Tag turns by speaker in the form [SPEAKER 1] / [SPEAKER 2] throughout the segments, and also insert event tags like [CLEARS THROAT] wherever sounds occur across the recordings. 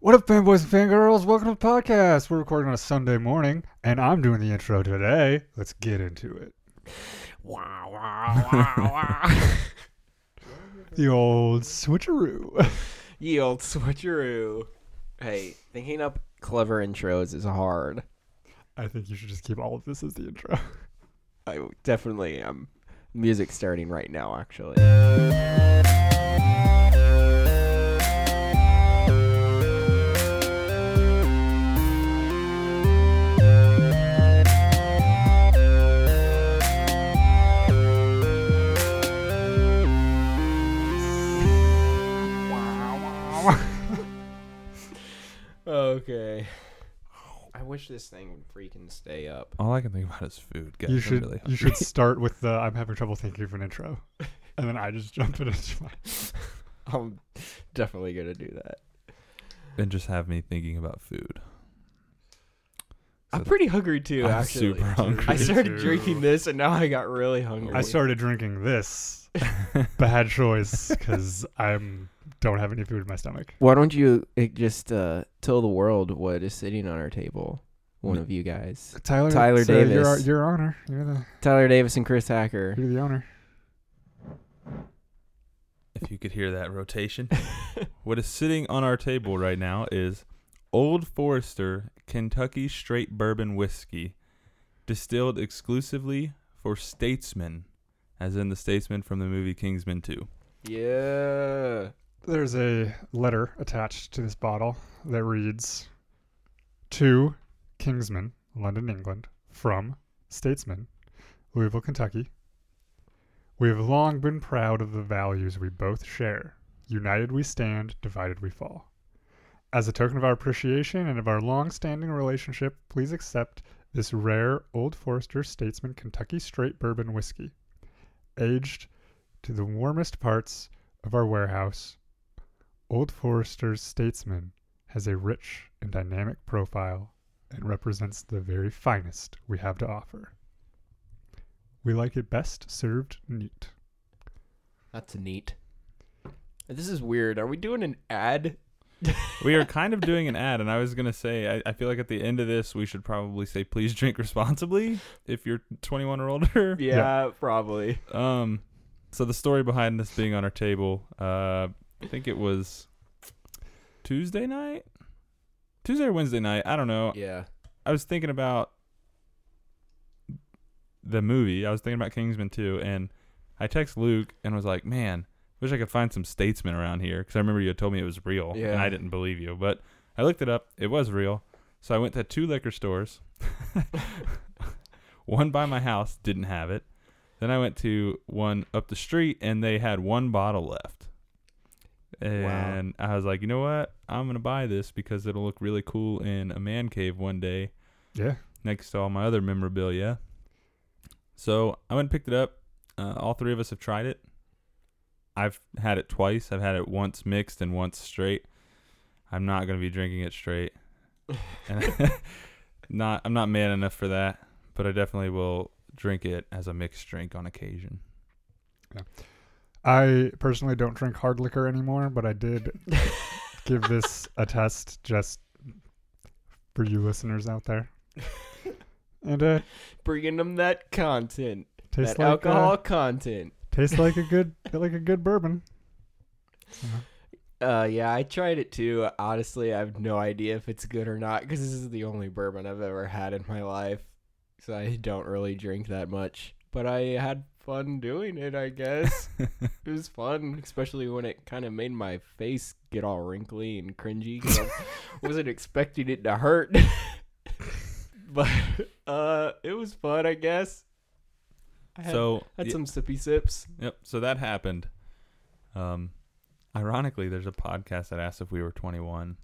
[SPEAKER 1] What up, fanboys and fangirls? Welcome to the podcast. We're recording on a Sunday morning, and I'm doing the intro today. Let's get into it.
[SPEAKER 2] Wow, wow, wow, [LAUGHS] wow.
[SPEAKER 1] The old switcheroo. [LAUGHS]
[SPEAKER 2] Ye old switcheroo. Hey, thinking up clever intros is hard.
[SPEAKER 1] I think you should just keep all of this as the
[SPEAKER 2] [LAUGHS]
[SPEAKER 1] intro.
[SPEAKER 2] I definitely am. Music starting right now, actually. Okay. I wish this thing would freaking stay up.
[SPEAKER 3] All I can think about is food, guys.
[SPEAKER 1] You
[SPEAKER 3] I'm
[SPEAKER 1] should
[SPEAKER 3] really
[SPEAKER 1] you
[SPEAKER 3] hungry.
[SPEAKER 1] should start with the I'm having trouble thinking of an
[SPEAKER 2] [LAUGHS]
[SPEAKER 1] intro, and then I just jump it into my.
[SPEAKER 2] I'm definitely gonna do that.
[SPEAKER 3] and just have me thinking about food.
[SPEAKER 2] I'm
[SPEAKER 3] So-
[SPEAKER 2] pretty hungry too,
[SPEAKER 3] I'm
[SPEAKER 2] actually.
[SPEAKER 3] super hungry.
[SPEAKER 2] I
[SPEAKER 1] [LAUGHS]
[SPEAKER 2] started
[SPEAKER 1] too.
[SPEAKER 2] drinking this and now I got really hungry.
[SPEAKER 1] I started drinking this. [LAUGHS] Bad choice because I'm don't have any food in my stomach.
[SPEAKER 2] Why don't you uh, just uh, tell the world what is sitting on our table? One
[SPEAKER 3] Me-
[SPEAKER 2] of you guys,
[SPEAKER 1] Tyler,
[SPEAKER 2] Tyler
[SPEAKER 1] so You're, our-
[SPEAKER 2] Davis.
[SPEAKER 1] you're honor. You're the
[SPEAKER 2] Tyler Davis and Chris Hacker.
[SPEAKER 1] you're the owner.
[SPEAKER 3] [LAUGHS] If you could hear that rotation. what is sitting on our table right now is Old Forester Kentucky Straight Bourbon Whiskey, distilled exclusively for statesmen, as in the statesman from the movie Kingsman 2.
[SPEAKER 2] [LAUGHS] yeah.
[SPEAKER 1] There's a letter attached to this bottle that reads To Kingsman, London, England, from Statesman, Louisville, Kentucky. We have long been proud of the values we both share. United we stand, divided we fall. As a token of our appreciation and of our long standing relationship, please accept this rare Old Forester Statesman Kentucky Straight Bourbon Whiskey, aged to the warmest parts of our warehouse Old Forester's Statesman has a rich and dynamic profile and represents the very finest we have to offer. We like it best served neat.
[SPEAKER 2] That's neat. This is weird. Are we doing an ad?
[SPEAKER 3] We are kind of doing an ad, and I was going to say, I, I feel like at the end of this, we should probably say, please drink responsibly if you're 21 or older.
[SPEAKER 2] [LAUGHS] Yeah, probably.
[SPEAKER 3] Um, so the story behind this being on our table, uh, I think it was Tuesday night, Tuesday or Wednesday night. I don't know.
[SPEAKER 2] Yeah.
[SPEAKER 3] I was thinking about the movie. I was thinking about Kingsman 2, and I text Luke and was like, "Man, wish I could find some statesmen around here," because I remember you had told me it was real, and
[SPEAKER 2] Yeah.
[SPEAKER 3] I didn't believe you. But I looked it up; it was real. So I went to two liquor stores. [LAUGHS] one by my house didn't have it. Then I went to one up the street, and they had one bottle left. And I was like, you know what? I'm gonna buy this because it'll look really cool in a man cave one day
[SPEAKER 1] Yeah.
[SPEAKER 3] next to all my other memorabilia. So I went and picked it up. Uh, all three of us have tried it. I've had it twice. I've had it once mixed and once straight. I'm not going to be drinking it straight. And [LAUGHS] not I'm not man enough for that, but I definitely will drink it as a mixed drink on occasion. [LAUGHS]
[SPEAKER 1] I personally don't drink hard liquor anymore, but I did [LAUGHS] give this a test just for you listeners out there. And uh
[SPEAKER 2] [LAUGHS] Bringing them that content,
[SPEAKER 1] tastes
[SPEAKER 2] that
[SPEAKER 1] like
[SPEAKER 2] alcohol
[SPEAKER 1] uh,
[SPEAKER 2] content.
[SPEAKER 1] tastes like a good like a good bourbon.
[SPEAKER 2] Uh, yeah, I tried it too. Honestly, I have no idea if it's good or not because this is the only bourbon I've ever had in my life. So I don't really drink that much, but I had fun doing it. I guess it was fun, especially when it kind of made my face get all wrinkly and cringy. 'cause I wasn't expecting it to hurt, [LAUGHS] but uh, it was fun. I guess. I had,
[SPEAKER 3] so
[SPEAKER 2] had
[SPEAKER 3] y-
[SPEAKER 2] some sippy sips.
[SPEAKER 3] Yep. So that happened. Um, ironically, there's a podcast that asked if we were 21.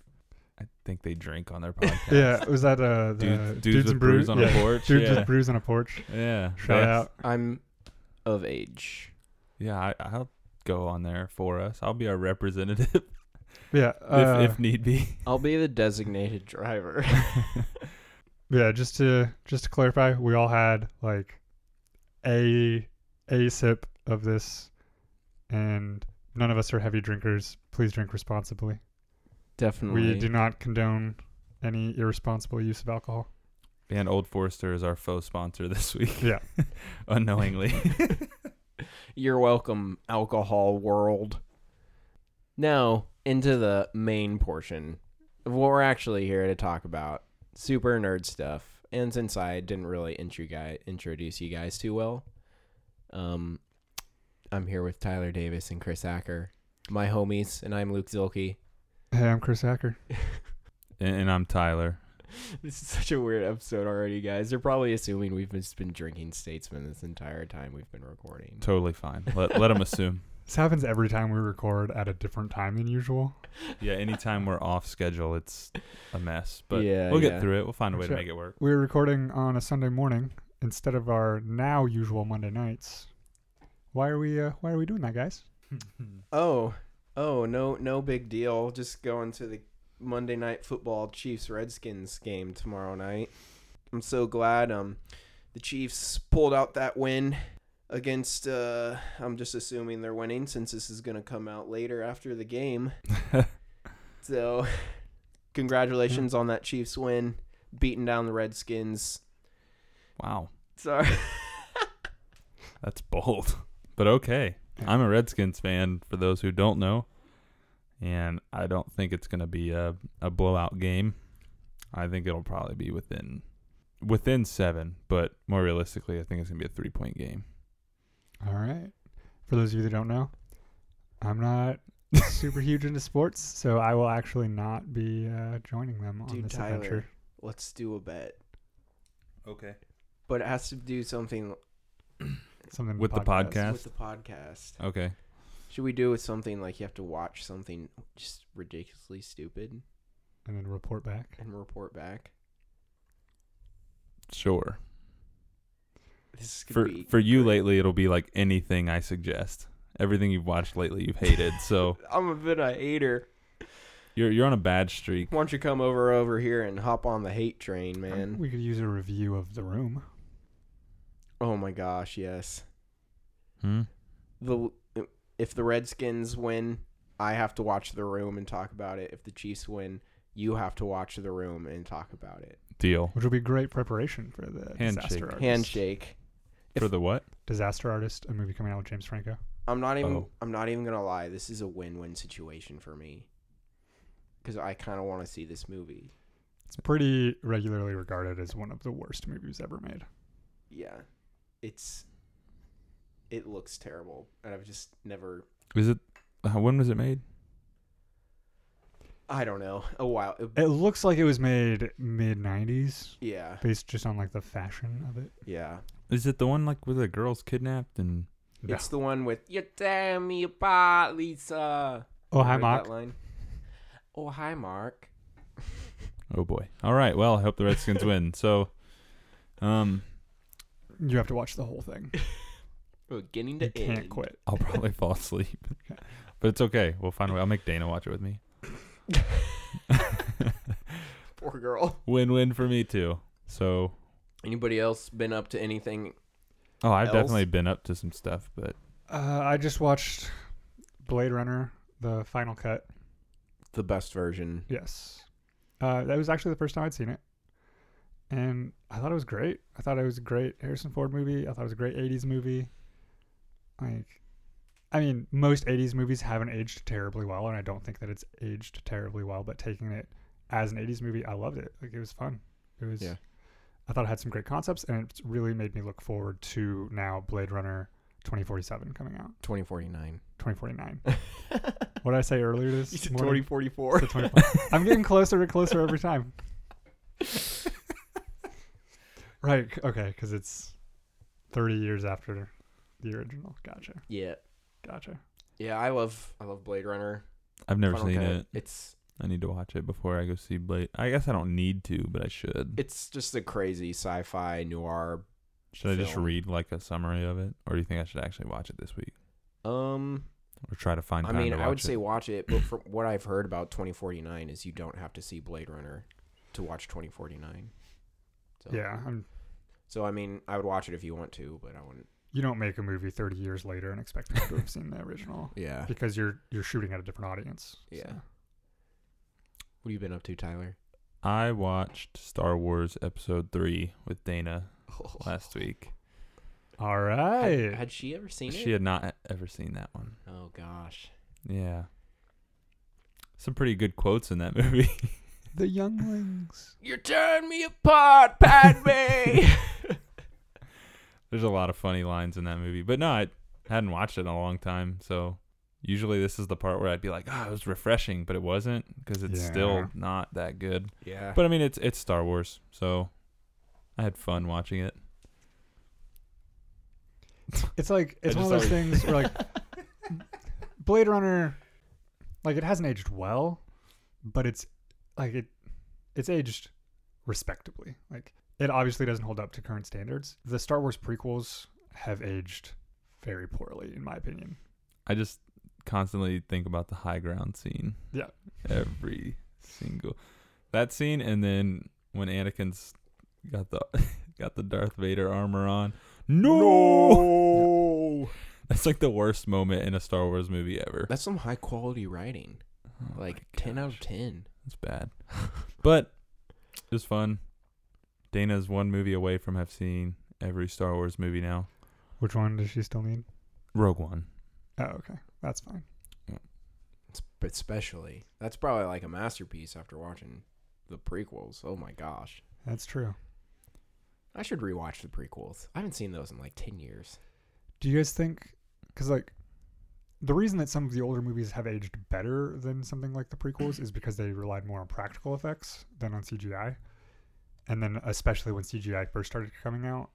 [SPEAKER 3] I think they drink on their podcast.
[SPEAKER 1] Yeah, was that uh the
[SPEAKER 3] Dudes, dudes, with
[SPEAKER 1] and
[SPEAKER 3] brews
[SPEAKER 1] Brew-
[SPEAKER 3] on
[SPEAKER 1] yeah,
[SPEAKER 3] a porch.
[SPEAKER 1] Dudes
[SPEAKER 3] yeah.
[SPEAKER 1] with brews on a porch.
[SPEAKER 3] yeah.
[SPEAKER 1] Shout
[SPEAKER 3] that's-
[SPEAKER 1] out.
[SPEAKER 2] I'm of age.
[SPEAKER 3] Yeah, I, I'll go on there for us. I'll be our representative [LAUGHS]
[SPEAKER 1] Yeah. uh,
[SPEAKER 3] if, if need be.
[SPEAKER 2] I'll be the designated driver. [LAUGHS]
[SPEAKER 1] Yeah, just to just to clarify, we all had like a a sip of this, and none of us are heavy drinkers. Please drink responsibly.
[SPEAKER 2] Definitely.
[SPEAKER 1] We do not condone any irresponsible use of alcohol.
[SPEAKER 3] And Old Forester is our faux sponsor [LAUGHS] this week.
[SPEAKER 1] Yeah. [LAUGHS]
[SPEAKER 3] Unknowingly.
[SPEAKER 2] You're welcome, alcohol world. Now, into the main portion of what we're actually here to talk about super nerd stuff. And since I didn't really intro guy, introduce you guys too well, um, I'm here with Tyler Davis and Chris Acker, my homies, and I'm Luke Zilke. [LAUGHS]
[SPEAKER 1] Hey, I'm Chris Hacker.
[SPEAKER 3] and, and I'm Tyler.
[SPEAKER 2] This is such a weird episode already, guys. They're probably assuming we've just been drinking Statesman this entire time we've been recording.
[SPEAKER 3] Totally fine. Let, let
[SPEAKER 1] [LAUGHS]
[SPEAKER 3] them assume.
[SPEAKER 1] This happens every time we record at a different time than usual.
[SPEAKER 3] Yeah, anytime we're off schedule, it's a mess. But
[SPEAKER 2] Yeah,
[SPEAKER 3] we'll get
[SPEAKER 2] yeah.
[SPEAKER 3] through it. We'll find a way
[SPEAKER 1] Sure.
[SPEAKER 3] to make it work.
[SPEAKER 1] We're recording on a Sunday morning instead of our now usual Monday nights. Why are we uh, Why are we doing that, guys? Hmm.
[SPEAKER 2] Oh, oh, no, no big deal. Just going to the Monday Night Football Chiefs Redskins game tomorrow night. I'm so glad um the Chiefs pulled out that win against. Uh, I'm just assuming they're winning since this is going to come out later after the game.
[SPEAKER 1] [LAUGHS]
[SPEAKER 2] So, [LAUGHS] congratulations on that Chiefs win, beating down the Redskins.
[SPEAKER 3] wow.
[SPEAKER 2] Sorry. [LAUGHS]
[SPEAKER 3] That's bold. [LAUGHS] But okay. I'm a Redskins fan for those who don't know. And I don't think it's going to be a, a blowout game. I think it'll probably be within within 7, but more realistically, I think it's going to be a 3-point game.
[SPEAKER 1] All right. For those of you that don't know, I'm not super huge into sports, so I will actually not be uh, joining them on
[SPEAKER 2] Dude,
[SPEAKER 1] this
[SPEAKER 2] Tyler.
[SPEAKER 1] adventure.
[SPEAKER 2] Let's do a bet,
[SPEAKER 3] Okay.
[SPEAKER 2] but it has to do something
[SPEAKER 1] Something
[SPEAKER 3] With the podcast.
[SPEAKER 2] with the podcast.
[SPEAKER 3] Okay.
[SPEAKER 2] Should we do it with something like you have to watch something just ridiculously stupid
[SPEAKER 1] and then report back.
[SPEAKER 2] and report back?
[SPEAKER 3] Sure.
[SPEAKER 2] This is
[SPEAKER 3] For
[SPEAKER 2] gonna be
[SPEAKER 3] for you
[SPEAKER 2] great.
[SPEAKER 3] lately, it'll be like anything I suggest. Everything you've watched lately,
[SPEAKER 2] [LAUGHS]
[SPEAKER 3] you've hated. So
[SPEAKER 2] I'm a bit of a hater.
[SPEAKER 3] you're you're on a bad streak.
[SPEAKER 2] Why don't you come over over here and hop on the hate train,
[SPEAKER 1] Um,
[SPEAKER 2] man?
[SPEAKER 1] We could use a review of the room.
[SPEAKER 2] Oh my gosh, yes.
[SPEAKER 3] Hmm?
[SPEAKER 2] The if the Redskins win, I have to watch The Room and talk about it. If the Chiefs win, you have to watch The Room and talk about it.
[SPEAKER 3] Deal
[SPEAKER 1] Which would be great preparation for the
[SPEAKER 3] Handshake.
[SPEAKER 1] disaster artist.
[SPEAKER 2] Handshake. If-
[SPEAKER 3] for the what?
[SPEAKER 1] Disaster artist, a movie coming out with James Franco.
[SPEAKER 2] I'm not even.
[SPEAKER 3] Oh.
[SPEAKER 2] I'm not even gonna lie. This is a win-win situation for me because I kind of want to see this movie.
[SPEAKER 1] It's pretty regularly regarded as one of the worst movies ever made.
[SPEAKER 2] Yeah, it's. It looks terrible, and I've just never.
[SPEAKER 3] Is it? uh, When was it made?
[SPEAKER 2] I don't know. A while.
[SPEAKER 1] It looks like it was made mid '90s,
[SPEAKER 2] yeah,
[SPEAKER 1] based just on like the fashion of it.
[SPEAKER 2] yeah.
[SPEAKER 3] Is it the one like where the girl's kidnapped and
[SPEAKER 1] Yeah.
[SPEAKER 2] It's the one with you tell me about Lisa.
[SPEAKER 1] Oh, hi,
[SPEAKER 2] Heard that
[SPEAKER 1] Mark.
[SPEAKER 2] line? Oh hi, Mark.
[SPEAKER 3] oh boy. All right. Well, I hope the
[SPEAKER 2] [LAUGHS]
[SPEAKER 3] Redskins win. So, um,
[SPEAKER 1] You have to watch the whole
[SPEAKER 2] [LAUGHS]
[SPEAKER 1] thing.
[SPEAKER 2] Beginning to
[SPEAKER 1] You can't
[SPEAKER 2] end.
[SPEAKER 1] quit.
[SPEAKER 3] I'll probably fall asleep, but it's okay. We'll find a way. I'll make Dana watch it with me.
[SPEAKER 2] Poor girl.
[SPEAKER 3] Win-win for me too. So,
[SPEAKER 2] Anybody else been up to anything?
[SPEAKER 3] oh, I've
[SPEAKER 2] Else?
[SPEAKER 3] definitely been up to some stuff, but
[SPEAKER 1] Uh, I just watched Blade Runner: The Final Cut.
[SPEAKER 2] The best version.
[SPEAKER 1] Yes, uh, that was actually the first time I'd seen it, and I thought it was great. I thought it was a great Harrison Ford movie. I thought it was a great '80s movie. Like, I mean, most '80s movies haven't aged terribly well, and I don't think that it's aged terribly well. But taking it as an '80s movie, I loved it. Like, it was fun. It was.
[SPEAKER 2] Yeah.
[SPEAKER 1] I thought it had some great concepts, and it's really made me look forward to now Blade Runner 2047 coming out.
[SPEAKER 2] 2049.
[SPEAKER 1] 2049.
[SPEAKER 2] [LAUGHS]
[SPEAKER 1] What did I say earlier this morning?
[SPEAKER 2] 2044.
[SPEAKER 1] The 24. I'm getting closer and closer every
[SPEAKER 3] [LAUGHS]
[SPEAKER 1] time. Right. c- Okay. Because it's 30 years after the original. Gotcha.
[SPEAKER 2] Yeah.
[SPEAKER 1] Gotcha.
[SPEAKER 2] Yeah, I love I love Blade Runner.
[SPEAKER 3] I've never
[SPEAKER 2] Final
[SPEAKER 3] seen
[SPEAKER 2] Cut.
[SPEAKER 3] it.
[SPEAKER 2] It's
[SPEAKER 3] I need to watch it before I go see Blade. I guess I don't need to, but I should.
[SPEAKER 2] it's just a crazy sci-fi noir.
[SPEAKER 3] should I just
[SPEAKER 2] film.
[SPEAKER 3] read like a summary of it, or do you think I should actually watch it this week,
[SPEAKER 2] Um,
[SPEAKER 3] or try to find
[SPEAKER 2] I
[SPEAKER 3] time?
[SPEAKER 2] mean,
[SPEAKER 3] to
[SPEAKER 2] I would
[SPEAKER 3] watch
[SPEAKER 2] say
[SPEAKER 3] it?
[SPEAKER 2] watch it, but from what I've heard about 2049 is you don't have to see Blade Runner to watch 2049. So,
[SPEAKER 1] Yeah. I'm,
[SPEAKER 2] So I mean, I would watch it if you want to, but I wouldn't.
[SPEAKER 1] you don't make a movie 30 years later and expect
[SPEAKER 3] [LAUGHS]
[SPEAKER 1] people to have seen the original
[SPEAKER 2] Yeah.
[SPEAKER 1] because you're you're shooting at a different audience.
[SPEAKER 2] Yeah.
[SPEAKER 1] so.
[SPEAKER 2] What have you been up to, Tyler?
[SPEAKER 3] I watched Star Wars Episode Three with Dana [LAUGHS] last week.
[SPEAKER 1] All
[SPEAKER 2] Had,
[SPEAKER 1] right.
[SPEAKER 2] had she ever seen
[SPEAKER 3] She
[SPEAKER 2] it?
[SPEAKER 3] had not e-, ever seen that one.
[SPEAKER 2] Oh gosh.
[SPEAKER 3] Yeah. Some pretty good quotes in that [LAUGHS] movie.
[SPEAKER 1] the
[SPEAKER 3] [LAUGHS]
[SPEAKER 1] younglings.
[SPEAKER 2] You turn me apart, Padme.
[SPEAKER 3] There's a lot of funny lines in that movie. But no, I hadn't watched it in a long time. So usually this is the part where I'd be like, oh, it was refreshing, but it wasn't because it's
[SPEAKER 1] Yeah.
[SPEAKER 3] still not that good.
[SPEAKER 2] yeah.
[SPEAKER 3] But I mean, it's it's Star Wars. So I had fun watching it.
[SPEAKER 1] It's like it's
[SPEAKER 3] I
[SPEAKER 1] one of
[SPEAKER 3] just
[SPEAKER 1] those things where like Blade Runner, like it hasn't aged well, but it's like it it's aged respectably. Like it obviously doesn't hold up to current standards. The Star Wars prequels have aged very poorly, in my opinion.
[SPEAKER 3] I just constantly think about the high ground scene.
[SPEAKER 1] Yeah.
[SPEAKER 3] Every single that scene and then when Anakin's got the [LAUGHS] got the Darth Vader armor on. No. That's like the worst moment in a Star Wars movie ever.
[SPEAKER 2] [LAUGHS] That's some high quality writing.
[SPEAKER 3] Oh my
[SPEAKER 2] Like ten out of
[SPEAKER 3] gosh,
[SPEAKER 2] ten.
[SPEAKER 3] That's bad. [LAUGHS] But it was fun. Dana's one movie away from have seen every Star Wars movie now.
[SPEAKER 1] [LAUGHS] Which one does she still need?
[SPEAKER 3] Rogue One.
[SPEAKER 1] Oh, okay. That's fine.
[SPEAKER 2] It's- But especially that's probably like a masterpiece after watching the prequels. Oh my gosh.
[SPEAKER 1] That's true.
[SPEAKER 2] I should rewatch the prequels. I haven't seen those in like ten years.
[SPEAKER 1] Do you guys think cuz like the reason that some of the older movies have aged better than something like the prequels is because they relied more on practical effects than on CGI. And then especially when CGI first started coming out,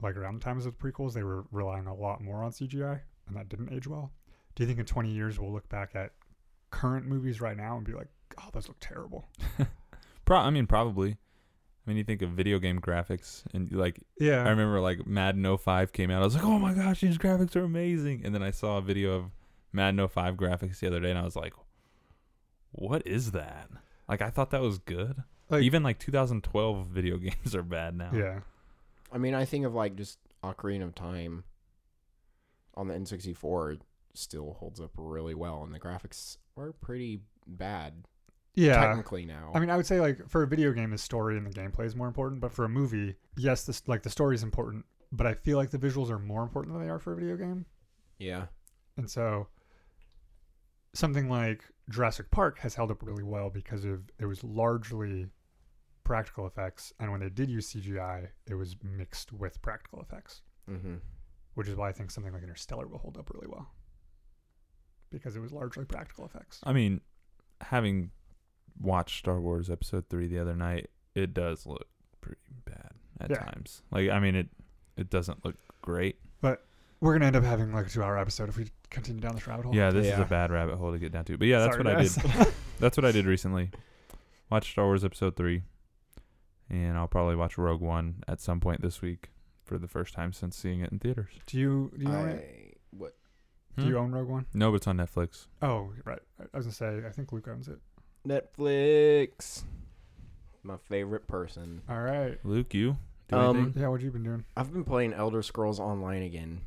[SPEAKER 1] like around the times of the prequels, they were relying a lot more on CGI and that didn't age well. Do you think in 20 years we'll look back at current movies right now and be like, "Oh, those look terrible."
[SPEAKER 3] Pro I mean probably. I mean you think of video game graphics and like I
[SPEAKER 1] Yeah.
[SPEAKER 3] remember like Madden 05 came out. I was like, oh my gosh, these graphics are amazing. And then I saw a video of Madden 05 graphics the other day and I was like, what is that? Like, I thought that was good.
[SPEAKER 1] Like-
[SPEAKER 3] Even like 2012 video [LAUGHS] games are bad now.
[SPEAKER 1] Yeah.
[SPEAKER 2] I mean, I think of like just Ocarina of Time on the N64 still holds up really well, and the graphics are pretty bad
[SPEAKER 1] Yeah.
[SPEAKER 2] technically now.
[SPEAKER 1] I mean, I would say like for a video game, the story and the gameplay is more important. But for a movie, yes, this like the story is important, but I feel like the visuals are more important than they are for a video game.
[SPEAKER 2] yeah,
[SPEAKER 1] And so, something like Jurassic Park has held up really well because of it was largely practical effects, and when they did use CGI, it was mixed with practical effects,
[SPEAKER 2] mm-hmm.
[SPEAKER 1] which is why I think something like Interstellar will hold up really well because it was largely practical effects.
[SPEAKER 3] I mean, having watched Star Wars Episode 3 the other night, it does look pretty bad at
[SPEAKER 1] Yeah.
[SPEAKER 3] times. Like, I mean, it, it doesn't look great.
[SPEAKER 1] We're gonna end up having like a two-hour episode if we continue down this rabbit hole.
[SPEAKER 3] Yeah, this is
[SPEAKER 2] Yeah.
[SPEAKER 3] a bad rabbit hole to get down to. But yeah, that's
[SPEAKER 1] Sorry,
[SPEAKER 3] what I did.
[SPEAKER 1] guys.
[SPEAKER 3] [LAUGHS]
[SPEAKER 1] [LAUGHS]
[SPEAKER 3] That's what I did recently. Watched Star Wars Episode 3. And I'll probably watch Rogue One at some point this week for the first time since seeing it in theaters.
[SPEAKER 1] Do you do you own it?
[SPEAKER 2] I, what?
[SPEAKER 1] Do you
[SPEAKER 3] Hmm?
[SPEAKER 1] own Rogue One?
[SPEAKER 3] No, but it's on Netflix.
[SPEAKER 1] Oh, right. I I was gonna say I think Luke owns it.
[SPEAKER 2] Netflix, my favorite person.
[SPEAKER 1] All right.
[SPEAKER 3] Luke, you? Do
[SPEAKER 2] Um,
[SPEAKER 3] anything?
[SPEAKER 1] Yeah, what you been doing?
[SPEAKER 2] I've been playing Elder Scrolls Online again.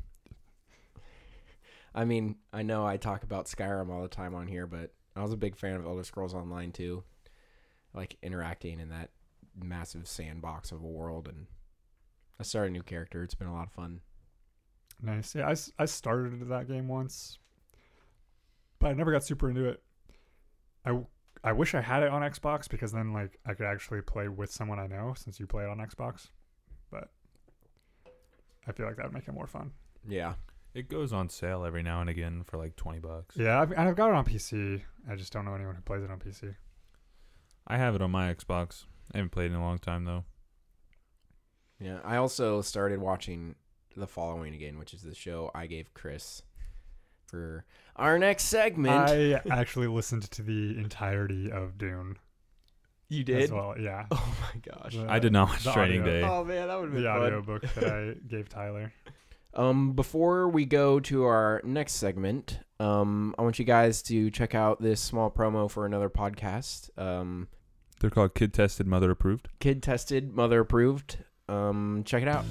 [SPEAKER 2] I mean, I know I talk about Skyrim all the time on here, but I was a big fan of Elder Scrolls Online too. I like interacting in that massive sandbox of a world, and I started a new character. It's been a lot of fun.
[SPEAKER 1] Nice. Yeah, I, s- I started that game once, but I never got super into it. I, w- I wish I had it on Xbox because then like I could actually play with someone I know since you play it on Xbox, but I feel like that would make it more fun.
[SPEAKER 2] Yeah.
[SPEAKER 3] It goes on sale every now and again for like 20 bucks.
[SPEAKER 1] Yeah, I've, and I've got it on PC. I just don't know anyone who plays it on PC.
[SPEAKER 3] I have it on my Xbox. I haven't played in a long time, though.
[SPEAKER 2] Yeah. I also started watching The Following again, which is the show I gave Chris for our next segment.
[SPEAKER 1] I actually listened to the entirety of Dune
[SPEAKER 2] you
[SPEAKER 1] as well. Yeah.
[SPEAKER 2] Oh my gosh.
[SPEAKER 1] The-
[SPEAKER 3] I did not watch
[SPEAKER 1] the
[SPEAKER 3] Training
[SPEAKER 1] audio.
[SPEAKER 3] Day.
[SPEAKER 2] Oh man, that would have been
[SPEAKER 1] the
[SPEAKER 2] fun.
[SPEAKER 1] audiobook that I [LAUGHS] gave Tyler.
[SPEAKER 2] Um, before we go to our next segment, um, I want you guys to check out this small promo for another podcast. Um,
[SPEAKER 3] They're called Kid Tested, Mother Approved.
[SPEAKER 2] kid tested, mother approved. Um, check it out.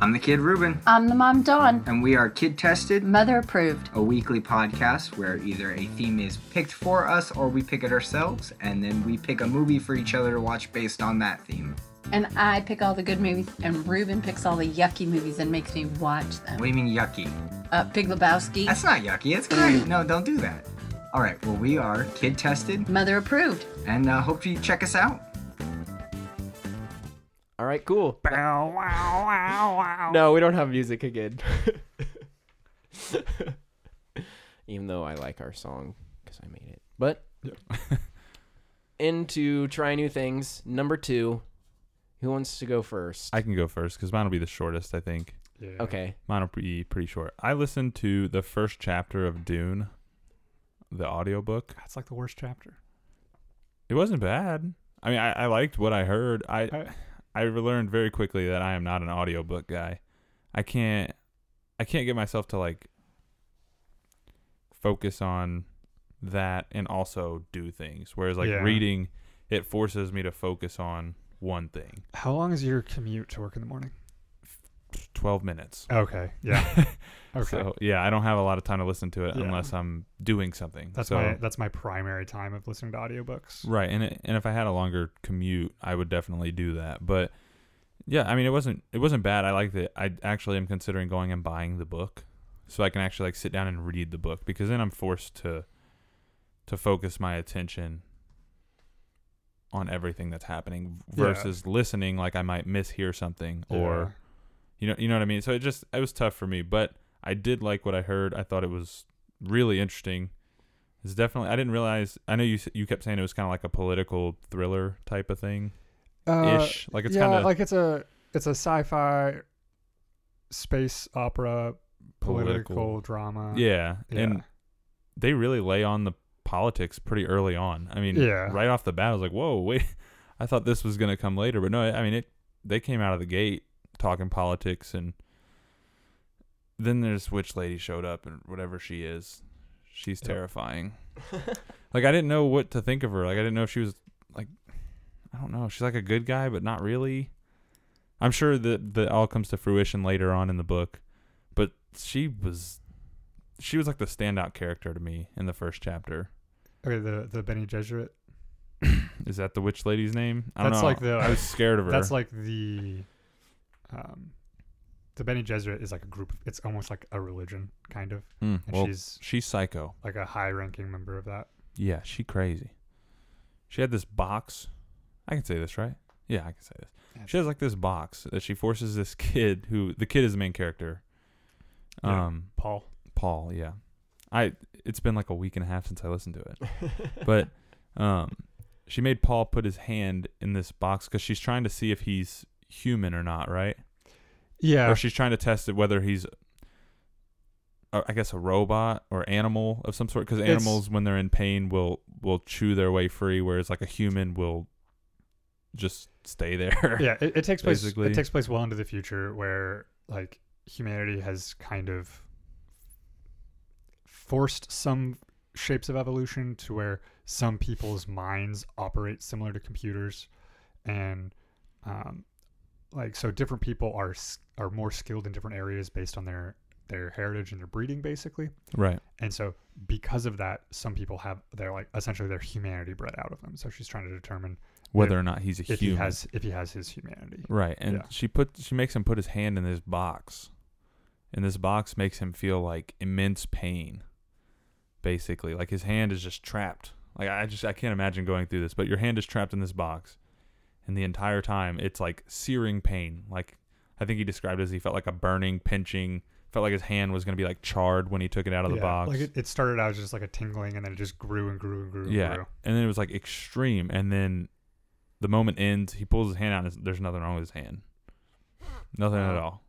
[SPEAKER 4] I'm the kid Ruben,
[SPEAKER 5] I'm the mom, Dawn.
[SPEAKER 4] and we are Kid Tested,
[SPEAKER 5] Mother approved.
[SPEAKER 4] a weekly podcast where either a theme is picked for us or we pick it ourselves, and then we pick a movie for each other to watch based on that theme.
[SPEAKER 5] And I pick all the good movies, and Ruben picks all the yucky movies and makes me watch them.
[SPEAKER 4] What do you mean yucky?
[SPEAKER 5] Uh, Big Lebowski.
[SPEAKER 4] That's not yucky. It's great. No, don't do that. All right. Well, we are Kid Tested,
[SPEAKER 5] Mother approved.
[SPEAKER 4] and uh, hope you check us out.
[SPEAKER 2] All right, cool. No, we don't have music again. [LAUGHS] Even though I like our song because I made it. But into try new things. Number two. Who wants to go first?
[SPEAKER 3] I can go first because mine will be the shortest, I think.
[SPEAKER 1] Yeah.
[SPEAKER 2] okay.
[SPEAKER 3] Mine will be pretty short. I listened to the first chapter of Dune, the audiobook.
[SPEAKER 1] That's like the worst chapter.
[SPEAKER 3] It wasn't bad. I mean, I, I liked what I heard. I, I learned very quickly that I am not an audiobook guy. I can't I can't get myself to like focus on that and also do things. Whereas like
[SPEAKER 1] Yeah.
[SPEAKER 3] reading, it forces me to focus on one thing.
[SPEAKER 1] How long is your commute to work in the morning?
[SPEAKER 3] Twelve minutes.
[SPEAKER 1] Okay. Yeah. [LAUGHS] Okay.
[SPEAKER 3] So yeah, I don't have a lot of time to listen to it
[SPEAKER 1] Yeah.
[SPEAKER 3] unless I'm doing something.
[SPEAKER 1] that's
[SPEAKER 3] so,
[SPEAKER 1] my that's my primary time of listening to audiobooks.
[SPEAKER 3] Right, and it, and if I had a longer commute, I would definitely do that. But yeah, I mean, it wasn't it wasn't bad. I liked it. I actually am considering going and buying the book, so I can actually like sit down and read the book because then I'm forced to to focus my attention on everything that's happening
[SPEAKER 1] Yeah.
[SPEAKER 3] versus listening like I might mishear something or you know you know what I mean. So it just it was tough for me, but I did like what I heard. I thought it was really interesting. It's definitely I didn't realize. I know you s- you kept saying it was kind of like a political thriller type of thing
[SPEAKER 1] Yeah. Uh,
[SPEAKER 3] ish. Like it's
[SPEAKER 1] yeah,
[SPEAKER 3] kind of
[SPEAKER 1] like it's a it's a sci-fi space opera political,
[SPEAKER 3] Political.
[SPEAKER 1] drama.
[SPEAKER 3] yeah,
[SPEAKER 1] Uh-huh. Yeah.
[SPEAKER 3] and they really lay on the politics pretty early on. I mean,
[SPEAKER 1] Yeah.
[SPEAKER 3] right off the bat, I was like, whoa, wait, [LAUGHS] I thought this was gonna come later, but no, I mean it. They came out of the gate talking politics, and then there's which lady showed up, and whatever she is, she's
[SPEAKER 1] Yep.
[SPEAKER 3] terrifying. like I didn't know what to think of her. Like I didn't know if she was like I don't know. She's like a good guy, but not really. I'm sure that that all comes to fruition later on in the book, but she was she was like the standout character to me in the first chapter.
[SPEAKER 1] Okay, the the Benny Jesuit.
[SPEAKER 3] Is that the witch lady's name? I don't
[SPEAKER 1] That's
[SPEAKER 3] know.
[SPEAKER 1] like the-
[SPEAKER 3] I was scared of
[SPEAKER 1] [LAUGHS]
[SPEAKER 3] her.
[SPEAKER 1] That's like the um the Benny Jesuit is like a group. It's almost like a religion kind of,
[SPEAKER 3] Hmm,
[SPEAKER 1] and
[SPEAKER 3] well,
[SPEAKER 1] she's
[SPEAKER 3] she's psycho.
[SPEAKER 1] like a high-ranking member of that.
[SPEAKER 3] Yeah, she crazy. She had this box. I can say this, right? Yeah, I can say this. She has like this box that she forces this [LAUGHS] kid who the kid is the main character.
[SPEAKER 1] Yeah.
[SPEAKER 3] Um
[SPEAKER 1] Paul.
[SPEAKER 3] Paul, yeah. I it's been like a week and a half since I listened to
[SPEAKER 2] [LAUGHS]
[SPEAKER 3] it. But um she made Paul put his hand in this box cuz she's trying to see if he's human or not, right?
[SPEAKER 1] Yeah.
[SPEAKER 3] Or she's trying to test it whether he's uh, I guess a robot or animal of some sort cuz
[SPEAKER 1] It's-
[SPEAKER 3] animals when they're in pain will will chew their way free whereas like a human will just stay there. [LAUGHS]
[SPEAKER 1] yeah it, it takes place
[SPEAKER 3] Basically.
[SPEAKER 1] it takes place well into the future where like humanity has kind of forced some shapes of evolution to where some people's minds operate similar to computers and um, like so different people are s- are more skilled in different areas based on their their heritage and their breeding basically
[SPEAKER 3] Right.
[SPEAKER 1] and so because of that some people have their like essentially their humanity bred out of them so she's trying to determine
[SPEAKER 3] Whether or not he's a
[SPEAKER 1] if he
[SPEAKER 3] human.
[SPEAKER 1] has if he has his humanity
[SPEAKER 3] Right, and
[SPEAKER 1] Yeah.
[SPEAKER 3] she put she makes him put his hand in this box, and this box makes him feel like immense pain. Basically, like his hand is just trapped. Like I just I can't imagine going through this, but your hand is trapped in this box, and the entire time it's like searing pain. Like I think he described it as he felt like a burning, pinching. Felt like his hand was gonna be like charred when he took it out of the
[SPEAKER 1] Yeah,
[SPEAKER 3] box.
[SPEAKER 1] Like it, it started out as just like a tingling, and then it just grew and grew and grew. And
[SPEAKER 3] yeah,
[SPEAKER 1] grew.
[SPEAKER 3] and then it was like extreme, and then the moment ends. He pulls his hand out, and there's nothing wrong with his hand, nothing at
[SPEAKER 1] Wow.
[SPEAKER 3] all.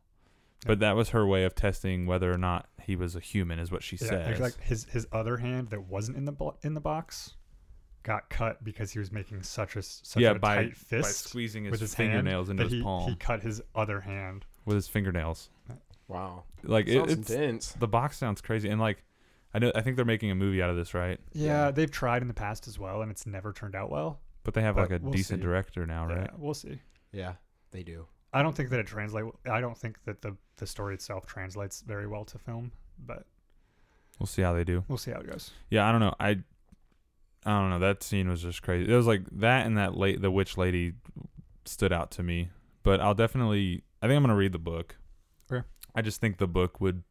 [SPEAKER 3] But that was her way of testing whether or not he was a human, is what she
[SPEAKER 1] yeah.
[SPEAKER 3] says.
[SPEAKER 1] like, Like his his other hand that wasn't in the bo- in the box got cut because he was making such a s- such
[SPEAKER 3] yeah,
[SPEAKER 1] a
[SPEAKER 3] by,
[SPEAKER 1] tight
[SPEAKER 3] by
[SPEAKER 1] fist
[SPEAKER 3] squeezing his,
[SPEAKER 1] with his hand
[SPEAKER 3] fingernails into
[SPEAKER 1] that
[SPEAKER 3] his
[SPEAKER 1] he,
[SPEAKER 3] palm
[SPEAKER 1] he cut his other hand.
[SPEAKER 3] with his fingernails.
[SPEAKER 2] Wow.
[SPEAKER 3] Like it,
[SPEAKER 2] Sounds
[SPEAKER 3] it's
[SPEAKER 2] intense.
[SPEAKER 3] the box sounds crazy, and like I know I think they're making a movie out of this, right?
[SPEAKER 1] Yeah, they've tried in the past as well, and it's never turned out well.
[SPEAKER 3] But they have
[SPEAKER 1] But
[SPEAKER 3] like a
[SPEAKER 1] we'll
[SPEAKER 3] decent
[SPEAKER 1] see.
[SPEAKER 3] director now,
[SPEAKER 1] Yeah,
[SPEAKER 3] right?
[SPEAKER 1] we'll see.
[SPEAKER 2] Yeah, they do.
[SPEAKER 1] I don't think that it translate. I don't think that the the story itself translates very well to film, but
[SPEAKER 3] We'll see how they do.
[SPEAKER 1] we'll see how it goes.
[SPEAKER 3] Yeah, I don't know. I I don't know. That scene was just crazy. It was like that and that late the witch lady stood out to me. But I'll definitely I think I'm gonna read the book.
[SPEAKER 1] Okay.
[SPEAKER 3] I just think the book would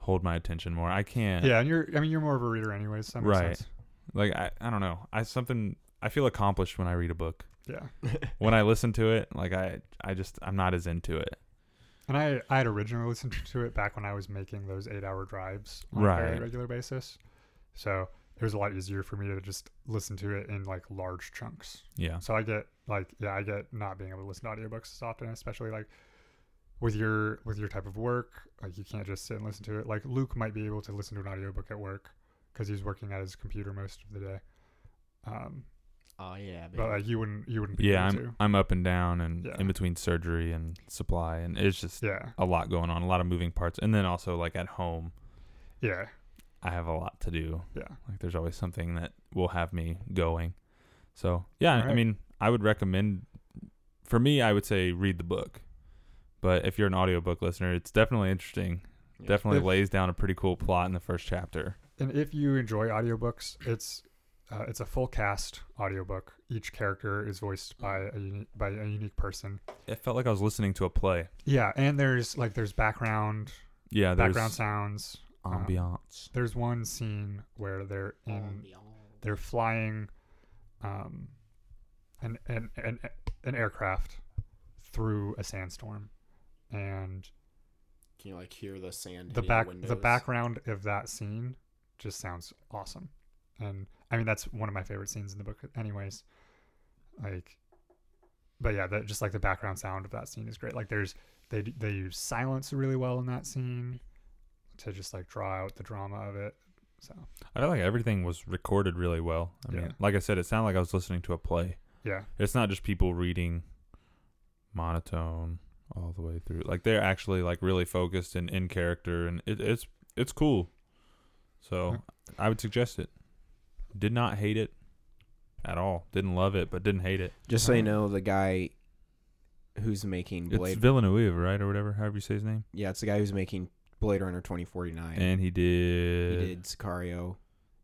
[SPEAKER 3] hold my attention more. I can't
[SPEAKER 1] Yeah, and you're. I mean, you're more of a reader, anyways. So that makes
[SPEAKER 3] Right.
[SPEAKER 1] Sense.
[SPEAKER 3] like I, I don't know. I something I feel accomplished when I read a book.
[SPEAKER 1] Yeah,
[SPEAKER 3] When I listen to it, like I I just I'm not as into it.
[SPEAKER 1] and I I had originally listened to it back when I was making those eight hour drives on a very
[SPEAKER 3] Right.
[SPEAKER 1] regular basis, so it was a lot easier for me to just listen to it in like large chunks.
[SPEAKER 3] Yeah.
[SPEAKER 1] So I get like yeah, I get not being able to listen to audiobooks as often, especially like with your with your type of work, like you can't just sit and listen to it. Like Luke might be able to listen to an audiobook at work because he's working at his computer most of the day. Um,
[SPEAKER 2] [LAUGHS] Oh yeah,
[SPEAKER 1] but like you wouldn't you wouldn't be
[SPEAKER 3] Yeah,
[SPEAKER 1] able
[SPEAKER 3] I'm I'm up and down and
[SPEAKER 1] Yeah.
[SPEAKER 3] in between surgery and supply and it's just
[SPEAKER 1] to. Yeah,
[SPEAKER 3] a lot going on, a lot of moving parts. And then also like at home
[SPEAKER 1] yeah,
[SPEAKER 3] I have a lot to do.
[SPEAKER 1] yeah.
[SPEAKER 3] Like there's always something that will have me going. So yeah, I
[SPEAKER 1] Alright.
[SPEAKER 3] mean, I would recommend. For me, I would say read the book, but if you're an audiobook listener, it's definitely interesting.
[SPEAKER 2] Yeah.
[SPEAKER 3] Definitely
[SPEAKER 1] If-
[SPEAKER 3] lays down a pretty cool plot in the first chapter.
[SPEAKER 1] And if you enjoy audiobooks, it's uh, it's a full cast audiobook. Each character is voiced by a uni- by a unique person.
[SPEAKER 3] It felt like I was listening to a play.
[SPEAKER 1] Yeah, and there's like there's background
[SPEAKER 3] Yeah, there's
[SPEAKER 1] background sounds. um,
[SPEAKER 3] ambiance.
[SPEAKER 1] there's one scene where they're in they're flying um an an, an an aircraft through a sandstorm and
[SPEAKER 2] Can you like hear the sand?
[SPEAKER 1] the back the background of that scene just sounds awesome and i mean that's one of my favorite scenes in the book anyways like but yeah that just like the background sound of that scene is great like there's they d- they use silence really well in that scene to just like draw out the drama of it so
[SPEAKER 3] I feel like everything was recorded really well. I mean,
[SPEAKER 1] Yeah.
[SPEAKER 3] like I said, it sounded like I was listening to a play.
[SPEAKER 1] yeah
[SPEAKER 3] It's not just people reading monotone all the way through. Like they're actually like really focused and in character, and it, it's it's cool. So I would suggest it. Did not hate it at all. Didn't love it, but didn't hate it.
[SPEAKER 2] Just so you know, the guy who's making
[SPEAKER 3] It's
[SPEAKER 2] Blade.
[SPEAKER 3] Villanueva, right, or whatever, however you say his name.
[SPEAKER 2] yeah, it's the guy who's making Blade Runner twenty forty nine.
[SPEAKER 3] And he
[SPEAKER 2] He
[SPEAKER 3] did.
[SPEAKER 2] did Sicario.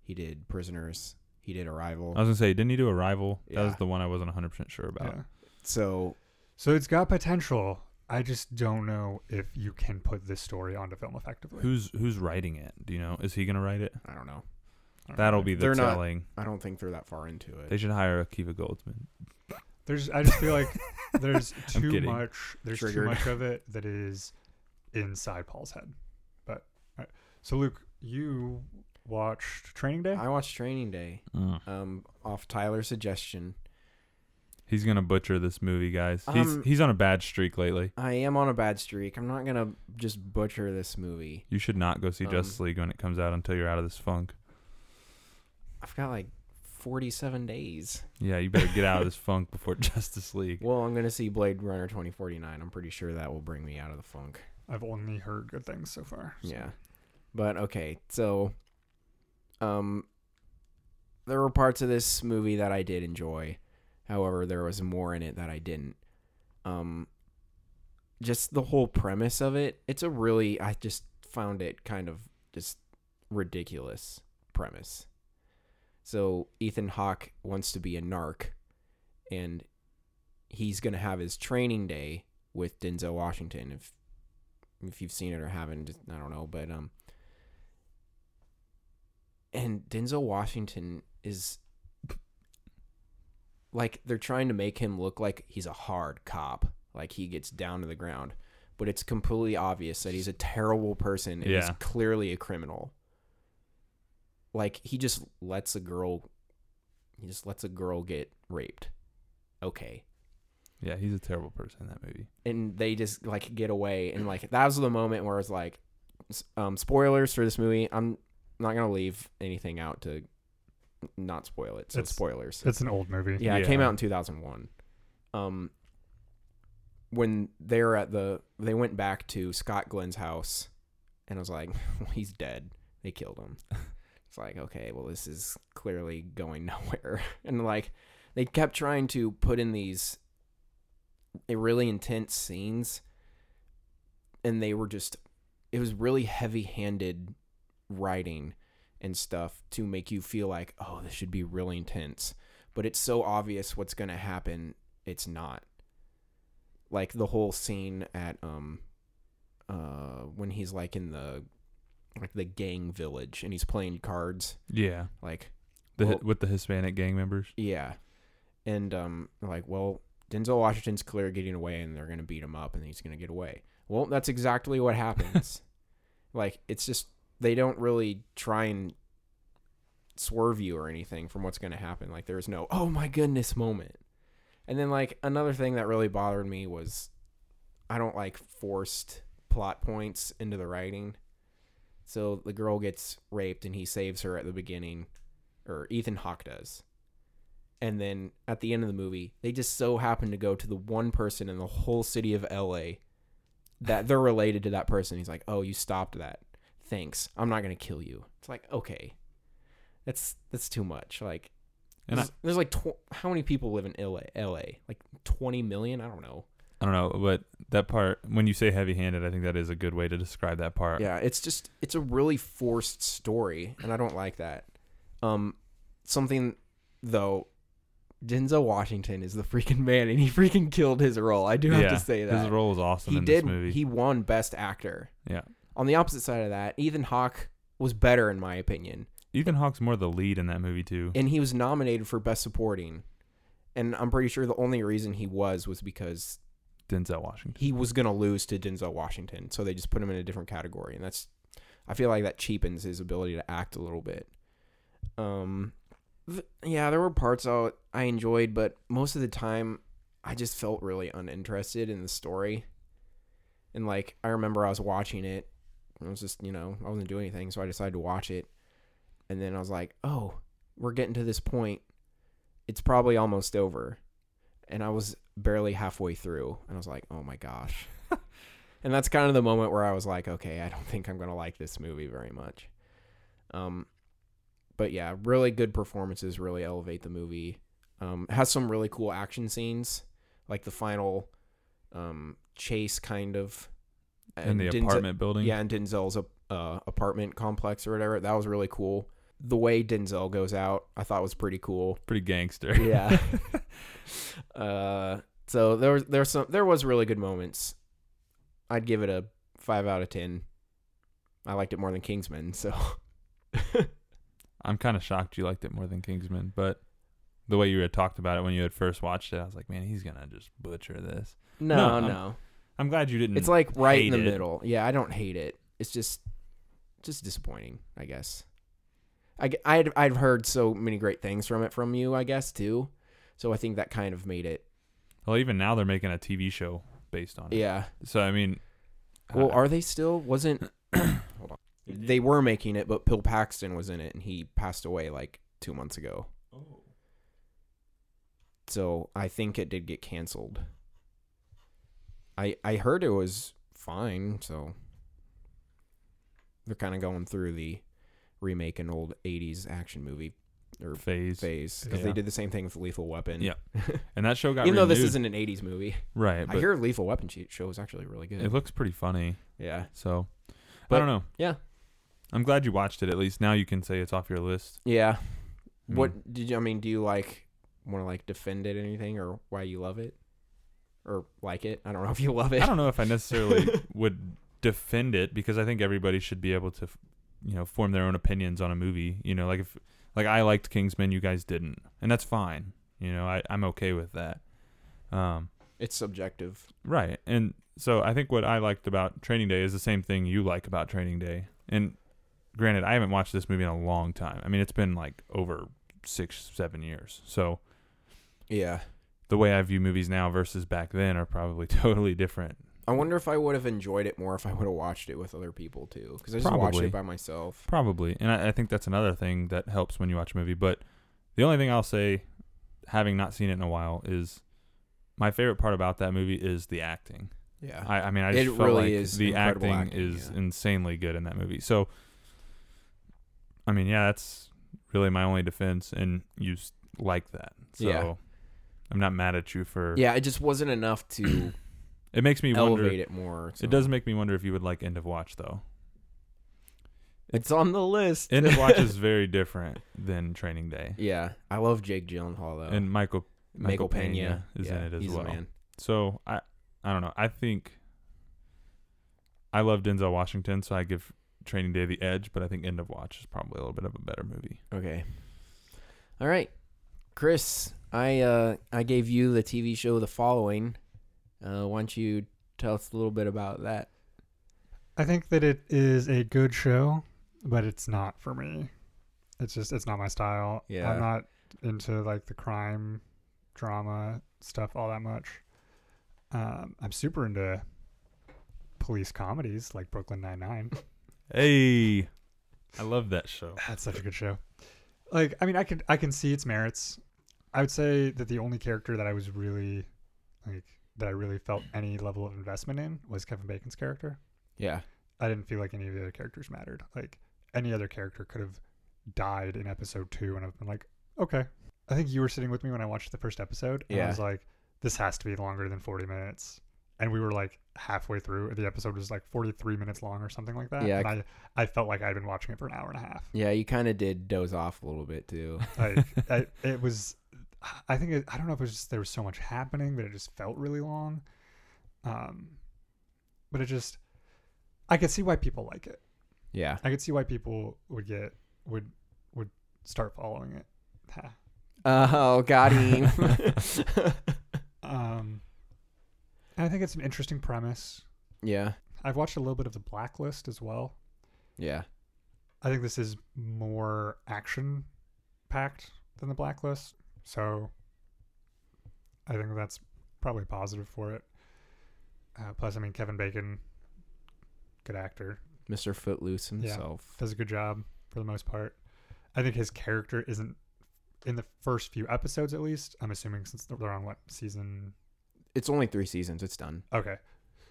[SPEAKER 2] He did Prisoners. He did Arrival.
[SPEAKER 3] I was gonna say, didn't he do Arrival? That was
[SPEAKER 2] Yeah.
[SPEAKER 3] the one I wasn't 100 percent sure about.
[SPEAKER 1] yeah
[SPEAKER 2] So
[SPEAKER 1] So it's got potential. I just don't know if you can put this story onto film effectively.
[SPEAKER 3] Who's who's writing it? Do you know? Is he gonna write it?
[SPEAKER 2] I don't know.
[SPEAKER 1] I don't
[SPEAKER 3] That'll
[SPEAKER 1] know.
[SPEAKER 3] be the
[SPEAKER 2] Mm-hmm. They're not-
[SPEAKER 3] telling.
[SPEAKER 2] I don't think they're that far into it.
[SPEAKER 3] They should hire Akiva Goldsman.
[SPEAKER 1] There's. I just feel like
[SPEAKER 3] [LAUGHS]
[SPEAKER 1] there's
[SPEAKER 3] I'm
[SPEAKER 1] too
[SPEAKER 3] kidding.
[SPEAKER 1] much. There's
[SPEAKER 2] Triggered.
[SPEAKER 1] too much of it that is inside Paul's head. But all right. so Luke, you watched Training Day.
[SPEAKER 2] [LAUGHS] I watched Training Day.
[SPEAKER 3] Mm.
[SPEAKER 2] Um, off Tyler's suggestion.
[SPEAKER 3] He's gonna butcher this movie, guys. He's
[SPEAKER 2] Um,
[SPEAKER 3] he's on a bad streak lately.
[SPEAKER 2] I am on a bad streak. I'm not gonna just butcher this movie.
[SPEAKER 3] You should not go see
[SPEAKER 2] um,
[SPEAKER 3] Justice League when it comes out until you're out of this funk.
[SPEAKER 2] I've got like 47 days.
[SPEAKER 3] Yeah, you better
[SPEAKER 2] [LAUGHS]
[SPEAKER 3] get out of this funk before Justice League.
[SPEAKER 2] Well, I'm gonna see Blade Runner 2049. I'm pretty sure that will bring me out of the funk.
[SPEAKER 1] I've only heard good things so far. so-
[SPEAKER 2] Yeah. But okay, so um there were parts of this movie that I did enjoy. However, there was more in it that I didn't. Um just the whole premise of it, it's a really I just found it kind of just ridiculous premise. So Ethan Hawke wants to be a narc and he's going to have his training day with Denzel Washington if if you've seen it or haven't, just- I don't know, but um and Denzel Washington is like they're trying to make him look like he's a hard cop, like he gets down to the ground, but it's completely obvious that he's a terrible person and he's
[SPEAKER 3] Yeah.
[SPEAKER 2] clearly a criminal. Like he just lets a girl he just lets a girl get raped. Okay
[SPEAKER 3] Yeah, he's a terrible person in that movie.
[SPEAKER 2] and they just like get away and like that was the moment where it's like s- um spoilers for this movie i'm not gonna leave anything out to not spoil it so
[SPEAKER 1] It's-
[SPEAKER 2] spoilers
[SPEAKER 1] It's an old movie.
[SPEAKER 2] yeah, it came
[SPEAKER 3] Yeah.
[SPEAKER 2] out in 2001 um when they're at the they went back to scott glenn's house and i was like [LAUGHS] well, he's dead they killed him it's like okay well this is [LAUGHS] clearly going nowhere and like they kept trying to put in these a eh, really intense scenes and they were just it was really heavy-handed writing and stuff to make you feel like oh this should be really intense but it's so obvious what's going to happen it's not like the whole scene at um uh when he's like in the like the gang village and he's playing cards
[SPEAKER 3] Yeah.
[SPEAKER 2] like
[SPEAKER 3] The,
[SPEAKER 2] Well-
[SPEAKER 3] with the Hispanic gang members.
[SPEAKER 2] yeah. And um like, well, Denzel Washington's clear getting away and they're gonna beat him up and he's gonna get away. Well, that's exactly what happens. like, it's just they don't really try and swerve you or anything from what's gonna happen. Like there's no oh my goodness moment. And then like another thing that really bothered me was I don't like forced plot points into the writing. So the girl gets raped and he saves her at the beginning, or Ethan Hawke does and then at the end of the movie, they just so happen to go to the one person in the whole city of LA that they're related to that person. He's like, "Oh, you stopped that. Thanks. I'm not gonna kill you." It's like, okay, that's that's too much. Like,
[SPEAKER 3] And I,
[SPEAKER 2] there's, there's like tw- how many people live in LA? LA like 20 million? I don't know.
[SPEAKER 3] I don't know, but that part when you say heavy-handed, I think that is a good way to describe that part.
[SPEAKER 2] Yeah, it's just it's a really forced story, and I don't like that. Um, something though, Denzel Washington is the freaking man, and he freaking killed his role. I do have
[SPEAKER 3] Yeah,
[SPEAKER 2] to say that
[SPEAKER 3] His role was awesome
[SPEAKER 2] he
[SPEAKER 3] in
[SPEAKER 2] did.
[SPEAKER 3] this movie.
[SPEAKER 2] He won Best Actor.
[SPEAKER 3] Yeah.
[SPEAKER 2] On the opposite side of that, Ethan Hawke was better in my opinion,
[SPEAKER 3] Ethan Hawke's more the lead in that movie too.
[SPEAKER 2] and he was nominated for Best Supporting. And I'm pretty sure the only reason he was was because
[SPEAKER 3] Denzel Washington.
[SPEAKER 2] he was going to lose to Denzel Washington, so they just put him in a different category, and that's I feel like that cheapens his ability to act a little bit. Um, th- yeah, there were parts I I enjoyed, but most of the time I just felt really uninterested in the story. And like I remember I was watching it, and I was just you know I wasn't doing anything, so I decided to watch it, and then I was like, oh, we're getting to this point, it's probably almost over and I was barely halfway through, and I was like, "Oh my gosh!" [LAUGHS] and that's kind of the moment where I was like, "Okay, I don't think I'm gonna like this movie very much." Um, but yeah, really good performances really elevate the movie. Um, it has some really cool action scenes, like the final um, chase kind of
[SPEAKER 3] In the
[SPEAKER 2] Denzel-
[SPEAKER 3] apartment building.
[SPEAKER 2] yeah, and Denzel's uh, apartment complex or whatever. That was really cool. The way Denzel goes out, I thought was pretty cool
[SPEAKER 3] Pretty gangster.
[SPEAKER 2] [LAUGHS] yeah. uh, so there was there was some there was really good moments. I'd give it a five out of ten. I liked it more than Kingsman, so [LAUGHS]
[SPEAKER 3] I'm kind of shocked you liked it more than Kingsman, but the way you had talked about it when you had first watched it, I was like, man, he's gonna just butcher this. No,
[SPEAKER 2] no,
[SPEAKER 3] I'm-
[SPEAKER 2] no,
[SPEAKER 3] I'm glad you didn't.
[SPEAKER 2] it's like right in
[SPEAKER 3] hate
[SPEAKER 2] the
[SPEAKER 3] it.
[SPEAKER 2] middle. Yeah, I don't hate it. It's just just disappointing, I guess. I g- I'd, I've heard so many great things from it from you, I guess too. So I think that kind of made it.
[SPEAKER 3] well, even now they're making a TV show based on it.
[SPEAKER 2] Yeah.
[SPEAKER 3] So I mean,
[SPEAKER 2] Well,
[SPEAKER 3] uh,
[SPEAKER 2] are they still? Wasn't [CLEARS THROAT] hold on. They were making it, but Bill Paxton was in it, and he passed away like two months ago.
[SPEAKER 3] Oh.
[SPEAKER 2] So I think it did get canceled. I I heard it was fine, so they're kind of going through the remake an old '80s action movie or
[SPEAKER 3] phase,
[SPEAKER 2] phase because
[SPEAKER 3] Yeah.
[SPEAKER 2] they did the same thing with Lethal Weapon. [LAUGHS]
[SPEAKER 3] Yeah, and that show got
[SPEAKER 2] Even though this
[SPEAKER 3] renewed.
[SPEAKER 2] isn't an '80s movie,
[SPEAKER 3] right.
[SPEAKER 2] I
[SPEAKER 3] but
[SPEAKER 2] hear Lethal Weapon ch- show is actually really good.
[SPEAKER 3] it looks pretty funny.
[SPEAKER 2] yeah.
[SPEAKER 3] So I
[SPEAKER 2] But-
[SPEAKER 3] don't know.
[SPEAKER 2] yeah.
[SPEAKER 3] I'm glad you watched it. At least now you can say it's off your list.
[SPEAKER 2] Yeah.
[SPEAKER 3] I mean,
[SPEAKER 2] What did you? I mean, do you like want to like defend it, or anything, or why you love it, or like it? I don't know [LAUGHS] if you love it.
[SPEAKER 3] I don't know if I
[SPEAKER 2] [LAUGHS]
[SPEAKER 3] necessarily would defend it because I think everybody should be able to, f- you know, form their own opinions on a movie. You know, like if like I liked Kingsman, you guys didn't, and that's fine. You know, I I'm okay with that. Um,
[SPEAKER 2] It's subjective.
[SPEAKER 3] Right. And so I think what I liked about Training Day is the same thing you like about Training Day. And granted, I haven't watched this movie in a long time. I mean, it's been like over six, seven years. So
[SPEAKER 2] Yeah.
[SPEAKER 3] the way I view movies now versus back then are probably [LAUGHS] totally different.
[SPEAKER 2] I wonder if I would have enjoyed it more if I would have watched it with other people too, because I just watched
[SPEAKER 3] Probably.
[SPEAKER 2] it by myself.
[SPEAKER 3] Probably. And I, I think that's another thing that helps when you watch a movie. But the only thing I'll say, having not seen it in a while, is my favorite part about that movie is the acting.
[SPEAKER 2] Yeah.
[SPEAKER 3] I, I mean, I
[SPEAKER 2] It
[SPEAKER 3] just felt
[SPEAKER 2] really
[SPEAKER 3] like
[SPEAKER 2] is
[SPEAKER 3] the
[SPEAKER 2] incredible
[SPEAKER 3] acting,
[SPEAKER 2] acting,
[SPEAKER 3] is
[SPEAKER 2] yeah.
[SPEAKER 3] insanely good in that movie. So, I mean, yeah, that's really my only defense, and you s- like that. So,
[SPEAKER 2] Yeah.
[SPEAKER 3] I'm not mad at you for.
[SPEAKER 2] Yeah, it just wasn't enough
[SPEAKER 3] [CLEARS THROAT]
[SPEAKER 2] to
[SPEAKER 3] It makes me
[SPEAKER 2] elevate
[SPEAKER 3] wonder. It,
[SPEAKER 2] it more. so.
[SPEAKER 3] does make me wonder if you would like End of
[SPEAKER 2] [LAUGHS]
[SPEAKER 3] Watch though.
[SPEAKER 2] It's on the list.
[SPEAKER 3] End of Watch is very different than Training Day,
[SPEAKER 2] [LAUGHS] Yeah, I love Jake Gyllenhaal though.
[SPEAKER 3] and Michael Michael
[SPEAKER 2] Michael
[SPEAKER 3] Pena
[SPEAKER 2] Pena
[SPEAKER 3] is in
[SPEAKER 2] yeah,
[SPEAKER 3] it as
[SPEAKER 2] he's the
[SPEAKER 3] well.
[SPEAKER 2] man.
[SPEAKER 3] So I I don't know. I think I love Denzel Washington, so I give Training Day the edge, but I think End of Watch is probably a little bit of a better movie.
[SPEAKER 2] Okay. All right, Chris. I uh I gave you the TV show The Following. Uh, why don't you tell us a little bit about that?
[SPEAKER 1] I think that it is a good show, but it's not for me. It's just it's not my style.
[SPEAKER 2] Yeah.
[SPEAKER 1] I'm not into like the crime drama stuff all that much. Um, I'm super into police comedies like Brooklyn Nine Nine.
[SPEAKER 3] Hey, I love
[SPEAKER 2] [LAUGHS]
[SPEAKER 3] that show.
[SPEAKER 1] That's such a good show. Like, I mean, I could I can see its merits. I would say that the only character that I was really like that I really felt any level of investment in was Kevin Bacon's character.
[SPEAKER 2] Yeah.
[SPEAKER 1] I didn't feel like any of the other characters mattered. Like any other character could have died in episode two, and I've been like, okay. I think you were sitting with me when I watched the first episode, and I
[SPEAKER 2] Yeah.
[SPEAKER 1] was like, this has to be longer than forty minutes. And we were like halfway through. The episode was like forty-three minutes long or something like that.
[SPEAKER 2] Yeah, I
[SPEAKER 1] and I, I felt like I'd been watching it for an hour and a
[SPEAKER 2] [LAUGHS]
[SPEAKER 1] half.
[SPEAKER 2] Yeah, you kind of did doze off a little bit too.
[SPEAKER 1] Like [LAUGHS] I, it was, I think it, I don't know if it was just there was so much happening that it just felt really long. Um, but it just, I could see why people like it.
[SPEAKER 2] yeah.
[SPEAKER 1] I could see why people would get would would start following it. Ha.
[SPEAKER 2] Oh, got him. [LAUGHS]
[SPEAKER 1] Um, and I think it's an interesting premise.
[SPEAKER 2] yeah.
[SPEAKER 1] I've watched a little bit of the Blacklist as well.
[SPEAKER 2] Yeah.
[SPEAKER 1] I think this is more action packed than the Blacklist, so I think that's probably positive for it. Uh, plus, I mean, Kevin Bacon, good actor,
[SPEAKER 2] Mr. Footloose himself.
[SPEAKER 1] does a good job for the most part. I think his character isn't in the first few episodes, at least. I'm assuming since they're on what season?
[SPEAKER 2] It's only three seasons. It's done.
[SPEAKER 1] Okay,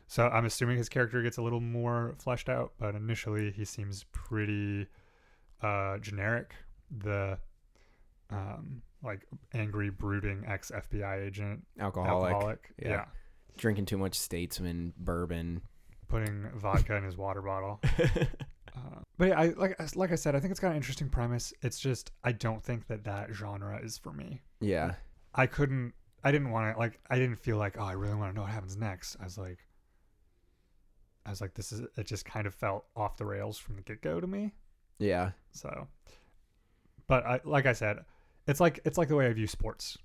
[SPEAKER 1] so I'm assuming his character gets a little more fleshed out, but initially he seems pretty uh, generic. The um, like angry, brooding ex FBI agent,
[SPEAKER 2] Alcoholic.
[SPEAKER 1] alcoholic,
[SPEAKER 2] Yeah.
[SPEAKER 1] yeah,
[SPEAKER 2] Drinking too much Statesman bourbon.
[SPEAKER 1] putting vodka in his water bottle. Uh, but yeah, I like I- like I said, I think it's got an interesting premise. It's just I don't think that that genre is for me.
[SPEAKER 2] yeah.
[SPEAKER 1] I couldn't. I didn't want to like. I didn't feel like oh, I really want to know what happens next. I was like, I was like, this is. It just kind of felt off the rails from the get go to me.
[SPEAKER 2] Yeah.
[SPEAKER 1] So, but I like I said, it's like it's like the way I view sports.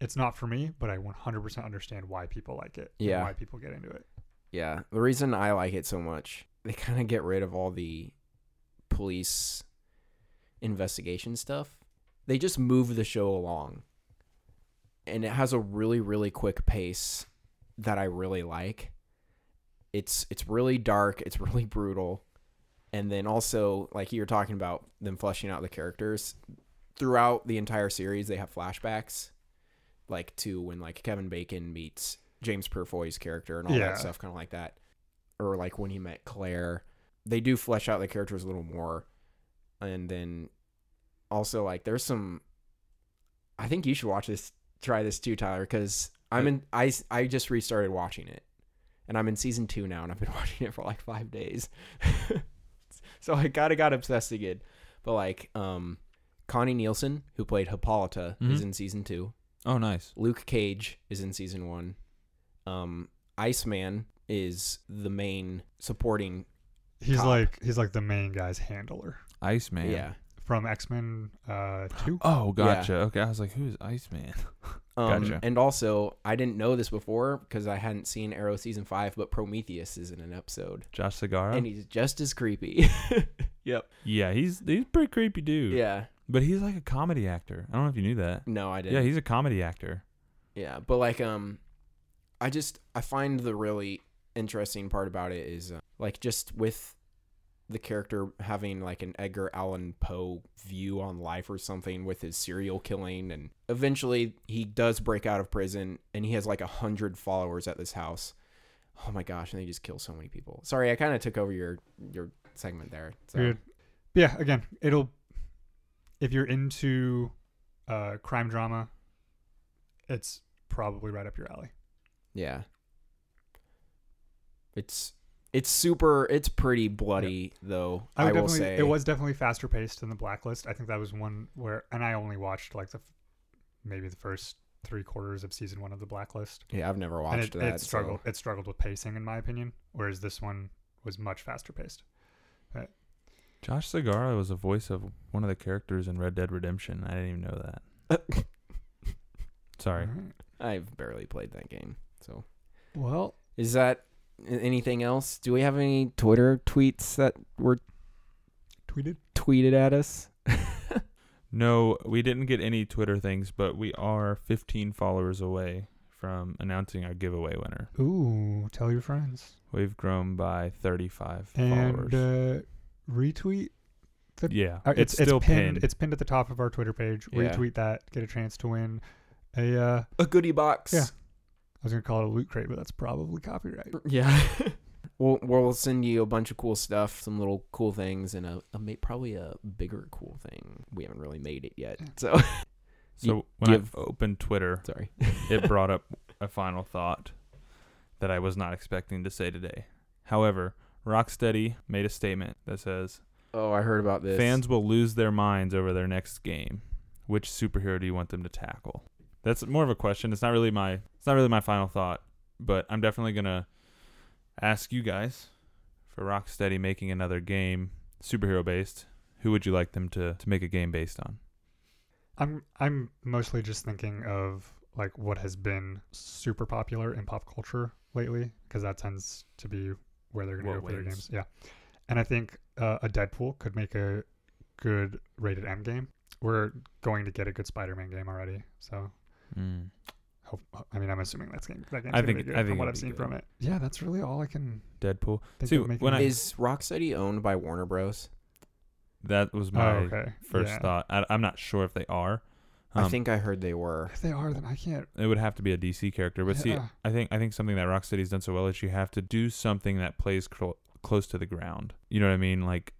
[SPEAKER 1] It's not for me, but I 100% understand why people like it. and
[SPEAKER 2] Yeah.
[SPEAKER 1] why people get into it.
[SPEAKER 2] Yeah. The reason I like it so much, they kind of get rid of all the police investigation stuff. They just move the show along. And it has a really really quick pace that I really like. It's it's really dark, it's really [LAUGHS] brutal. And then also like you were talking about them fleshing out the characters throughout the entire series they have flashbacks like to when like Kevin Bacon meets James Purfoy's character and all
[SPEAKER 1] Yeah.
[SPEAKER 2] that stuff kind of like that or like when he met Claire. They do flesh out the characters a little more. And then also like there's some I think you should watch this try this too Tyler cuz I'm in I s- I just restarted watching it. And I'm in season 2 now and I've been [LAUGHS] watching it for like 5 days. [LAUGHS] so I kind of got obsessed again. But like um Connie Nielsen who played Hippolyta is
[SPEAKER 3] Mhm.
[SPEAKER 2] in season 2.
[SPEAKER 3] Oh, nice.
[SPEAKER 2] Luke Cage is in season one. Um, Iceman is the main supporting.
[SPEAKER 1] He's
[SPEAKER 2] Cop.
[SPEAKER 1] like he's like the main guy's handler
[SPEAKER 3] Iceman.
[SPEAKER 2] Yeah.
[SPEAKER 1] from X Men uh, Two.
[SPEAKER 3] Oh,
[SPEAKER 2] Yeah.
[SPEAKER 3] gotcha. Okay, I was like, who is Iceman? [LAUGHS]
[SPEAKER 2] Um,
[SPEAKER 3] Gotcha.
[SPEAKER 2] And also, I didn't know this before because I hadn't seen Arrow season five, but Prometheus is in an episode,
[SPEAKER 3] Josh Segarra.
[SPEAKER 2] and he's just as creepy. [LAUGHS] yep.
[SPEAKER 3] yeah, he's he's a pretty creepy dude.
[SPEAKER 2] Yeah.
[SPEAKER 3] but he's like a comedy actor. I don't know if you knew that.
[SPEAKER 2] No, I didn't.
[SPEAKER 3] Yeah, he's a comedy actor.
[SPEAKER 2] Yeah, but like um I just I find the really interesting part about it is uh, like just with the character having like an Edgar Allan Poe view on life or something with his serial killing and eventually he does break out of prison and he has like a hundred followers at this house. Oh my gosh, and they just kill so many people. Sorry, I kind of took over your your segment there. So.
[SPEAKER 1] Weird. But yeah, again, it'll if you're into uh crime drama, it's probably right up your alley.
[SPEAKER 2] Yeah. It's it's super it's pretty bloody though. I,
[SPEAKER 1] would
[SPEAKER 2] will
[SPEAKER 1] definitely,
[SPEAKER 2] say
[SPEAKER 1] it was definitely faster paced than the Blacklist. I think that was one where, and I only watched like the f- maybe the first three quarters of season one of the Blacklist,
[SPEAKER 2] Yeah, I've never
[SPEAKER 1] and
[SPEAKER 2] watched
[SPEAKER 1] it,
[SPEAKER 2] that.
[SPEAKER 1] it struggled. It struggled with pacing, in my opinion. Whereas this one was much faster paced.
[SPEAKER 3] Josh Segarra was a voice of one of the characters in Red Dead Redemption. I didn't even know that. Sorry.
[SPEAKER 1] All right.
[SPEAKER 2] so I've barely played that game. So
[SPEAKER 1] Well,
[SPEAKER 2] is that a- anything else? Do we have any Twitter tweets that were
[SPEAKER 1] tweeted.
[SPEAKER 2] tweeted at us? [LAUGHS]
[SPEAKER 3] No, we didn't get any Twitter things, but we are 15 followers away from announcing our giveaway winner.
[SPEAKER 1] Ooh, tell your friends
[SPEAKER 3] We've grown by 35
[SPEAKER 1] and
[SPEAKER 3] followers.
[SPEAKER 1] uh, retweet. the-
[SPEAKER 3] yeah,
[SPEAKER 1] Uh,
[SPEAKER 3] it's, still pinned.
[SPEAKER 1] It's pinned at the top of our Twitter page.
[SPEAKER 2] Yeah.
[SPEAKER 1] Retweet that. Get a chance to win a. Uh, I
[SPEAKER 2] A goodie box.
[SPEAKER 1] Yeah. was gonna call it a loot crate, but that's probably copyright.
[SPEAKER 2] Yeah. [LAUGHS] we'll we'll send you a bunch of cool stuff, some little cool things, and a, a ma- probably a bigger cool thing. We haven't really made it yet, so [LAUGHS] you
[SPEAKER 3] so when
[SPEAKER 2] give-
[SPEAKER 3] I opened Twitter,
[SPEAKER 2] sorry.
[SPEAKER 3] it brought up a final thought that I was not expecting to say today. However, Rocksteady made a statement that says
[SPEAKER 2] [LAUGHS] Oh, I heard about this.
[SPEAKER 3] fans will lose their minds over their next game. Which superhero do you want them to tackle? That's more of a question. It's not really my it's not really my final thought, but I'm definitely gonna ask you guys for Rocksteady making another game superhero based. Who would you like them to, to make a game based on?
[SPEAKER 1] I'm I'm mostly just thinking of like what has been super popular in pop culture lately because that tends to be where they're going to
[SPEAKER 3] What
[SPEAKER 1] go for their
[SPEAKER 3] wins.
[SPEAKER 1] games. Yeah, and I think uh, a Deadpool could make a good rated M game. We're going to get a good Spider-Man game already, so hope, I mean I'm assuming that's game that game's
[SPEAKER 3] I
[SPEAKER 1] gonna
[SPEAKER 3] think-
[SPEAKER 1] be good
[SPEAKER 3] I think
[SPEAKER 1] from what
[SPEAKER 3] it'll
[SPEAKER 1] I've
[SPEAKER 3] be
[SPEAKER 1] seen
[SPEAKER 3] good.
[SPEAKER 1] from it. Yeah, that's really all I can
[SPEAKER 3] Deadpool.
[SPEAKER 1] think
[SPEAKER 3] See,
[SPEAKER 1] of making.
[SPEAKER 3] when I-
[SPEAKER 2] is Rocksteady owned by Warner Bros?
[SPEAKER 3] That was
[SPEAKER 1] oh,
[SPEAKER 3] my
[SPEAKER 1] okay.
[SPEAKER 3] first
[SPEAKER 1] Yeah.
[SPEAKER 3] thought. I, I'm not sure if they are.
[SPEAKER 2] I
[SPEAKER 3] Um,
[SPEAKER 2] think I heard they were.
[SPEAKER 1] If they are, then I can't. uh,
[SPEAKER 3] it would have to be a DC character. But see,
[SPEAKER 1] Yeah.
[SPEAKER 3] I think I think something that Rocksteady's done so well is you have to do something that plays cl- close to the ground. You know what I mean? Like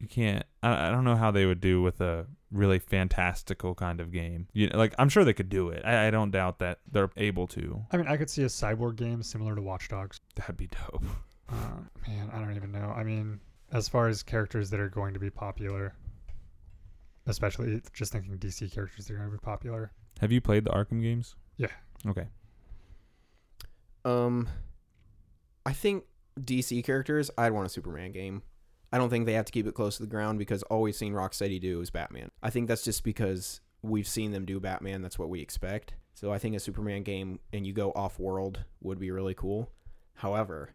[SPEAKER 3] you can't. I, I don't know how they would do with a really fantastical kind of game. You know, like I'm sure they could do it. I, I don't doubt that they're able to.
[SPEAKER 1] I mean, I could see a cyborg game similar to Watch Dogs.
[SPEAKER 3] That'd be dope. [LAUGHS]
[SPEAKER 1] Uh, man, I don't even know. I mean, as far as characters that are going to be popular, especially just thinking DC characters that are going to be popular.
[SPEAKER 3] Have you played the Arkham games?
[SPEAKER 1] Yeah.
[SPEAKER 3] Okay.
[SPEAKER 2] Um, I think DC characters. I'd want a Superman game. I don't think they have to keep it close to the ground because all we've seen Rocksteady do is Batman. I think that's just because we've seen them do Batman. That's what we expect. So I think a Superman game and you go off world would be really cool. However,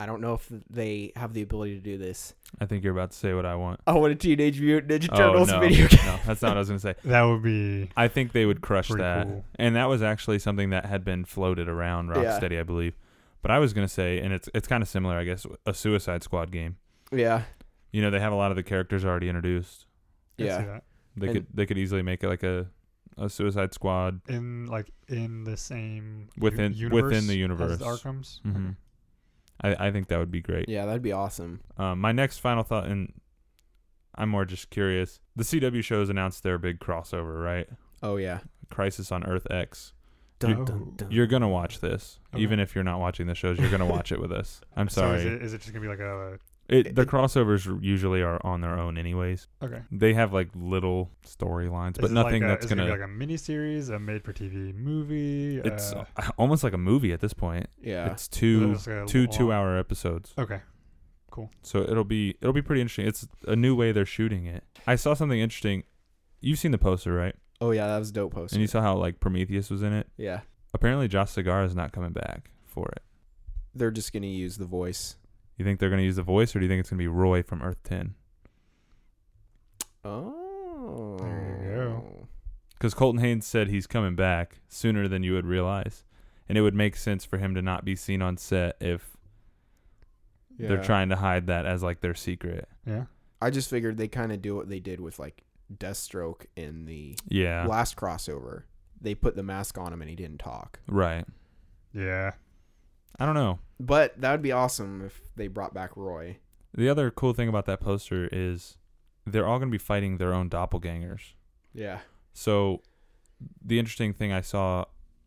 [SPEAKER 2] I don't know if they have the ability to do this.
[SPEAKER 3] I think you're about to say what I want.
[SPEAKER 2] I want a Teenage Mutant Ninja Turtles
[SPEAKER 3] oh no,
[SPEAKER 2] video [LAUGHS] game.
[SPEAKER 3] no, that's not what I was gonna say.
[SPEAKER 1] That would be
[SPEAKER 3] I think they would crush
[SPEAKER 1] Pretty
[SPEAKER 3] that.
[SPEAKER 1] cool.
[SPEAKER 3] And that was actually something that had been floated around
[SPEAKER 2] Yeah.
[SPEAKER 3] Rocksteady, I believe. But I was gonna say, and it's it's kind of similar, I guess, a Suicide Squad game.
[SPEAKER 2] Yeah,
[SPEAKER 3] You know, they have a lot of the characters already introduced.
[SPEAKER 1] I could see
[SPEAKER 2] yeah.
[SPEAKER 1] that.
[SPEAKER 3] They
[SPEAKER 2] And-
[SPEAKER 3] could they could easily make it like a a Suicide Squad.
[SPEAKER 1] in like in the same u-
[SPEAKER 3] Within- within
[SPEAKER 1] universe
[SPEAKER 3] the universe.
[SPEAKER 1] as the Arkham's.
[SPEAKER 3] hmm I I think that would be great.
[SPEAKER 2] Yeah, that'd be awesome.
[SPEAKER 3] Um, my next final thought, and I'm more just curious. The CW shows announced their big crossover, right?
[SPEAKER 2] Oh yeah.
[SPEAKER 3] Crisis on Earth X.
[SPEAKER 1] Dun, dun, dun.
[SPEAKER 3] You're gonna watch this,
[SPEAKER 1] Okay.
[SPEAKER 3] even if you're not watching the shows. You're gonna watch it with us.
[SPEAKER 1] [LAUGHS]
[SPEAKER 3] I'm sorry.
[SPEAKER 1] So is it, is it just gonna be like a
[SPEAKER 3] It, the
[SPEAKER 2] It-
[SPEAKER 3] crossovers usually are on their own, anyways.
[SPEAKER 1] okay?
[SPEAKER 3] They have like little storylines,
[SPEAKER 1] Is
[SPEAKER 3] but
[SPEAKER 1] it like
[SPEAKER 3] nothing
[SPEAKER 1] a,
[SPEAKER 3] that's
[SPEAKER 1] is it
[SPEAKER 3] gonna.
[SPEAKER 1] be like a mini series, a made for TV movie.
[SPEAKER 3] it's
[SPEAKER 1] uh,
[SPEAKER 3] a- almost like a movie at this point.
[SPEAKER 2] yeah.
[SPEAKER 3] It's two
[SPEAKER 1] just like a
[SPEAKER 3] two
[SPEAKER 1] long-
[SPEAKER 3] two hour episodes,
[SPEAKER 1] okay.
[SPEAKER 3] so it'll be it'll be pretty interesting. It's a new way they're shooting it. I saw something interesting. You've seen the poster, right?
[SPEAKER 2] Oh yeah, that was a dope post.
[SPEAKER 3] And you saw how like Prometheus was in it.
[SPEAKER 2] yeah.
[SPEAKER 3] Apparently, Josh Cigar is not coming back for it.
[SPEAKER 2] They're just gonna use the voice.
[SPEAKER 3] You think they're gonna use the voice, or do you think it's gonna be Roy from Earth Ten?
[SPEAKER 2] Oh.
[SPEAKER 1] There you go.
[SPEAKER 3] Because Colton Haynes said he's coming back sooner than you would realize, and it would make sense for him to not be seen on set if they're
[SPEAKER 2] Yeah.
[SPEAKER 3] trying to hide that as like their secret.
[SPEAKER 1] Yeah.
[SPEAKER 2] I just figured they kind of do what they did with like Deathstroke in the
[SPEAKER 3] Yeah,
[SPEAKER 2] last crossover. They put the mask on him and he didn't talk.
[SPEAKER 3] right.
[SPEAKER 1] Yeah.
[SPEAKER 3] I don't know.
[SPEAKER 2] But that would be awesome if they brought back Roy.
[SPEAKER 3] The other cool thing about that poster is they're all gonna be fighting their own doppelgangers.
[SPEAKER 2] Yeah.
[SPEAKER 3] So the interesting thing I saw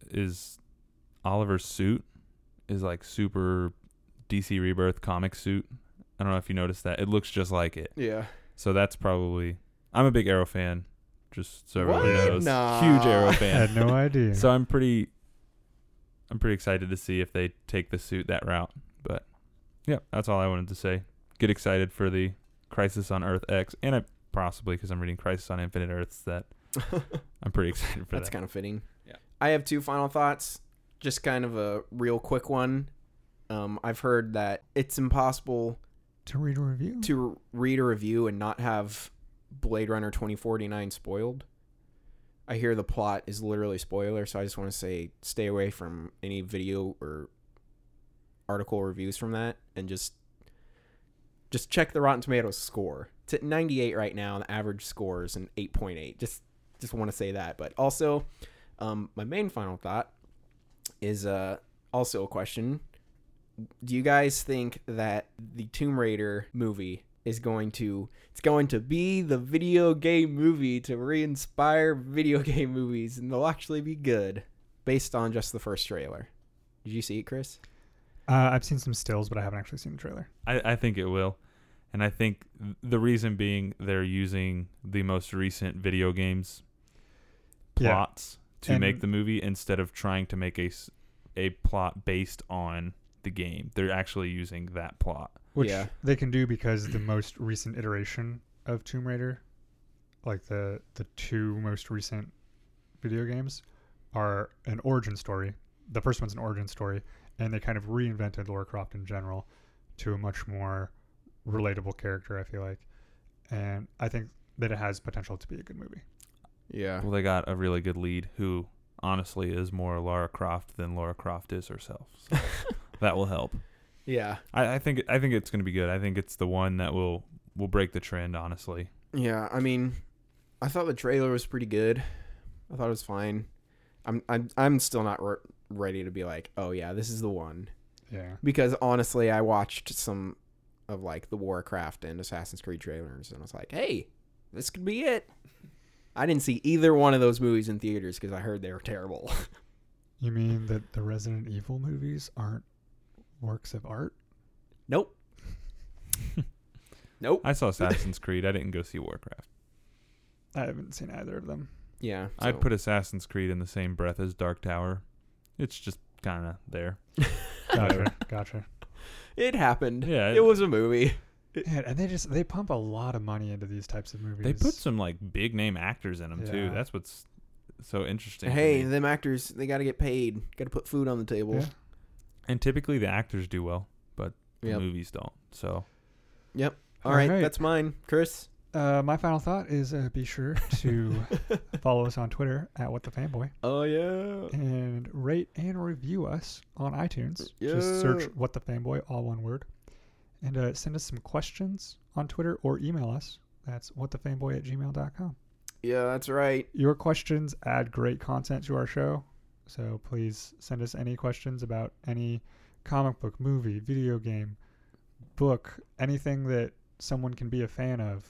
[SPEAKER 3] is Oliver's suit is like super DC Rebirth comic suit. I don't know if you noticed that. It looks just like it.
[SPEAKER 2] Yeah. [LAUGHS]
[SPEAKER 3] So that's probably. I'm a big Arrow fan. Just so everyone
[SPEAKER 1] What?
[SPEAKER 3] knows,
[SPEAKER 2] Nah.
[SPEAKER 3] huge Arrow
[SPEAKER 1] I
[SPEAKER 3] fan.
[SPEAKER 1] had
[SPEAKER 3] [LAUGHS]
[SPEAKER 1] no idea.
[SPEAKER 3] So I'm pretty I'm pretty excited to see if they take the suit that route. But yeah, that's all I wanted to say. Get excited for the Crisis on Earth X and I possibly cuz I'm reading Crisis on Infinite Earths that I'm pretty [LAUGHS] excited for
[SPEAKER 2] That's
[SPEAKER 3] that.
[SPEAKER 2] kind of fitting.
[SPEAKER 3] Yeah.
[SPEAKER 2] I have two final thoughts. Just kind of a real quick one. Um, I've heard that it's impossible
[SPEAKER 1] to read a review.
[SPEAKER 2] to read a review and not have Blade Runner 2049 spoiled. I hear the plot is literally spoiler, so I just want to say stay away from any video or article reviews from that and just just check the Rotten Tomatoes score. It's at 98 right now, and the average score is an 8.8. Just just want to say that, but also um, my main final thought is uh, also a question do you guys think that the Tomb Raider movie is going to it's going to be the video game movie to re-inspire video [LAUGHS] game movies and they'll actually be good based on just the first trailer. Did you see it, Chris?
[SPEAKER 1] Uh, I've seen some stills, but I haven't actually seen the trailer.
[SPEAKER 3] I, I think it will. And I think th- the reason being they're using the most recent video games
[SPEAKER 1] Yeah.
[SPEAKER 3] plots to make
[SPEAKER 1] And-
[SPEAKER 3] the movie instead of trying to make a s- a plot based on the game. They're actually using that plot.
[SPEAKER 1] which
[SPEAKER 2] Yeah.
[SPEAKER 1] they can do because the most recent iteration of Tomb Raider, like the the two most recent video games, are an origin story. The first one's an origin story, and they kind of reinvented Lara Croft in general to a much more relatable character. I feel like, and I think that it has potential to be a good movie.
[SPEAKER 2] Yeah.
[SPEAKER 3] Well, they got a really good lead who honestly is more Laura Croft than Laura Croft is herself.
[SPEAKER 1] [LAUGHS]
[SPEAKER 3] So that will help.
[SPEAKER 2] Yeah.
[SPEAKER 3] I, I think I think it's going to be good. I think it's the one that will will break the trend. Honestly, [LAUGHS]
[SPEAKER 2] Yeah, I mean, I thought the trailer was pretty good. I thought it was fine. I'm I'm I'm still not re- ready to be like, "Oh yeah, this is the one."
[SPEAKER 1] Yeah,
[SPEAKER 2] because honestly, I watched some of like the Warcraft and Assassin's Creed trailers, and I was like, "Hey, this could be it." I didn't see either one of those movies in theaters because I heard they were terrible. [LAUGHS]
[SPEAKER 1] you mean that the Resident Evil movies aren't works of art?
[SPEAKER 2] nope. nope.
[SPEAKER 3] I saw Assassin's Creed. I didn't go see Warcraft.
[SPEAKER 1] I haven't seen either of them.
[SPEAKER 2] yeah,
[SPEAKER 3] I'd put Assassin's Creed in the same breath as Dark Tower. It's just kind of there.
[SPEAKER 1] Gotcha, gotcha.
[SPEAKER 2] it happened.
[SPEAKER 3] Yeah,
[SPEAKER 2] it,
[SPEAKER 3] it-
[SPEAKER 2] was a movie.
[SPEAKER 1] Man, [LAUGHS] and they just they pump a lot of money into these types of movies.
[SPEAKER 3] They put some like big name actors in them too.
[SPEAKER 1] Yeah.
[SPEAKER 3] That's what's so interesting. to
[SPEAKER 2] Hey,
[SPEAKER 3] me.
[SPEAKER 2] them actors, they got to get paid. Got to put food on the table.
[SPEAKER 1] Yeah.
[SPEAKER 3] and typically the actors do well, but the
[SPEAKER 2] Yep.
[SPEAKER 3] movies don't.
[SPEAKER 2] All
[SPEAKER 3] So
[SPEAKER 2] right,
[SPEAKER 1] Alright.
[SPEAKER 2] that's mine, Chris.
[SPEAKER 1] Uh, my final thought is uh, be sure
[SPEAKER 3] [LAUGHS]
[SPEAKER 2] [LAUGHS]
[SPEAKER 1] to follow us on Twitter at What the Fanboy
[SPEAKER 2] Oh yeah.
[SPEAKER 1] and rate and review us on iTunes. Just
[SPEAKER 2] Yeah.
[SPEAKER 1] search What the Fanboy, all one word, and uh, send us some questions on Twitter or email us. That's whatthefanboy at gmail.com.
[SPEAKER 2] Yeah, that's right.
[SPEAKER 1] Your questions add great content to our show, so please send us any questions about any comic book, movie, video game, book, anything that someone can be a fan of.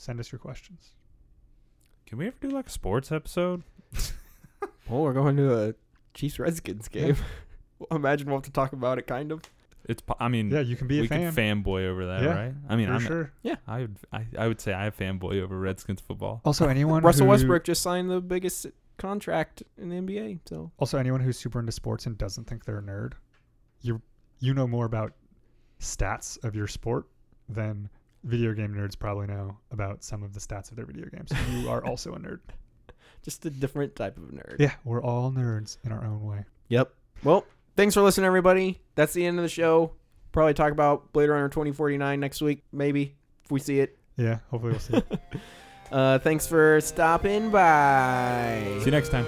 [SPEAKER 1] Send us your questions.
[SPEAKER 3] can we ever do like a sports episode?
[SPEAKER 2] Well, we're going to a Chiefs Redskins game. Imagine [LAUGHS] we'll have to talk about it, kind of.
[SPEAKER 3] It's. po- I mean,
[SPEAKER 1] Yeah, you can be a
[SPEAKER 3] Mm, we
[SPEAKER 1] fan.
[SPEAKER 3] could fanboy over that,
[SPEAKER 1] Yeah,
[SPEAKER 3] right? I mean,
[SPEAKER 1] for
[SPEAKER 3] I'm,
[SPEAKER 1] sure.
[SPEAKER 3] I, would, I I would say I fanboy over Redskins football.
[SPEAKER 1] Also, [LAUGHS] anyone
[SPEAKER 2] Russell
[SPEAKER 1] who-
[SPEAKER 2] Westbrook just signed the biggest contract in the NBA. So
[SPEAKER 1] Also, anyone who's super into sports and doesn't think they're a nerd, you you know more about stats of your sport than video game nerds probably know about some of the stats of their video games. You are also a nerd.
[SPEAKER 2] just a different type of nerd.
[SPEAKER 1] Yeah, we're all nerds in our own way.
[SPEAKER 2] Yep. Well, thanks for listening, everybody. That's the end of the show. Probably talk about Blade Runner 2049 next week, maybe, if we see it.
[SPEAKER 1] Yeah, hopefully we'll see. [LAUGHS]
[SPEAKER 2] Uh, thanks for stopping by.
[SPEAKER 3] See you next time.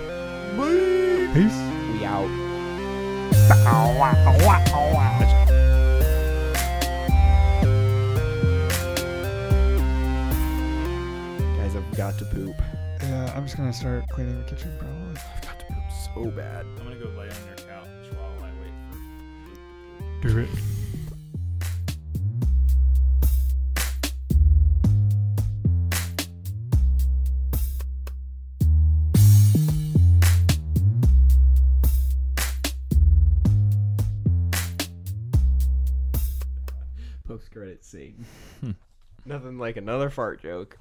[SPEAKER 1] Peace.
[SPEAKER 2] We out. Guys, I've got to poop.
[SPEAKER 1] Yeah, I'm just gonna start cleaning the kitchen probably.
[SPEAKER 2] I've got to poop so bad.
[SPEAKER 3] I'm gonna go lay on your couch while I wait for.
[SPEAKER 1] Do it.
[SPEAKER 2] [LAUGHS] credit scene. Nothing like another fart joke.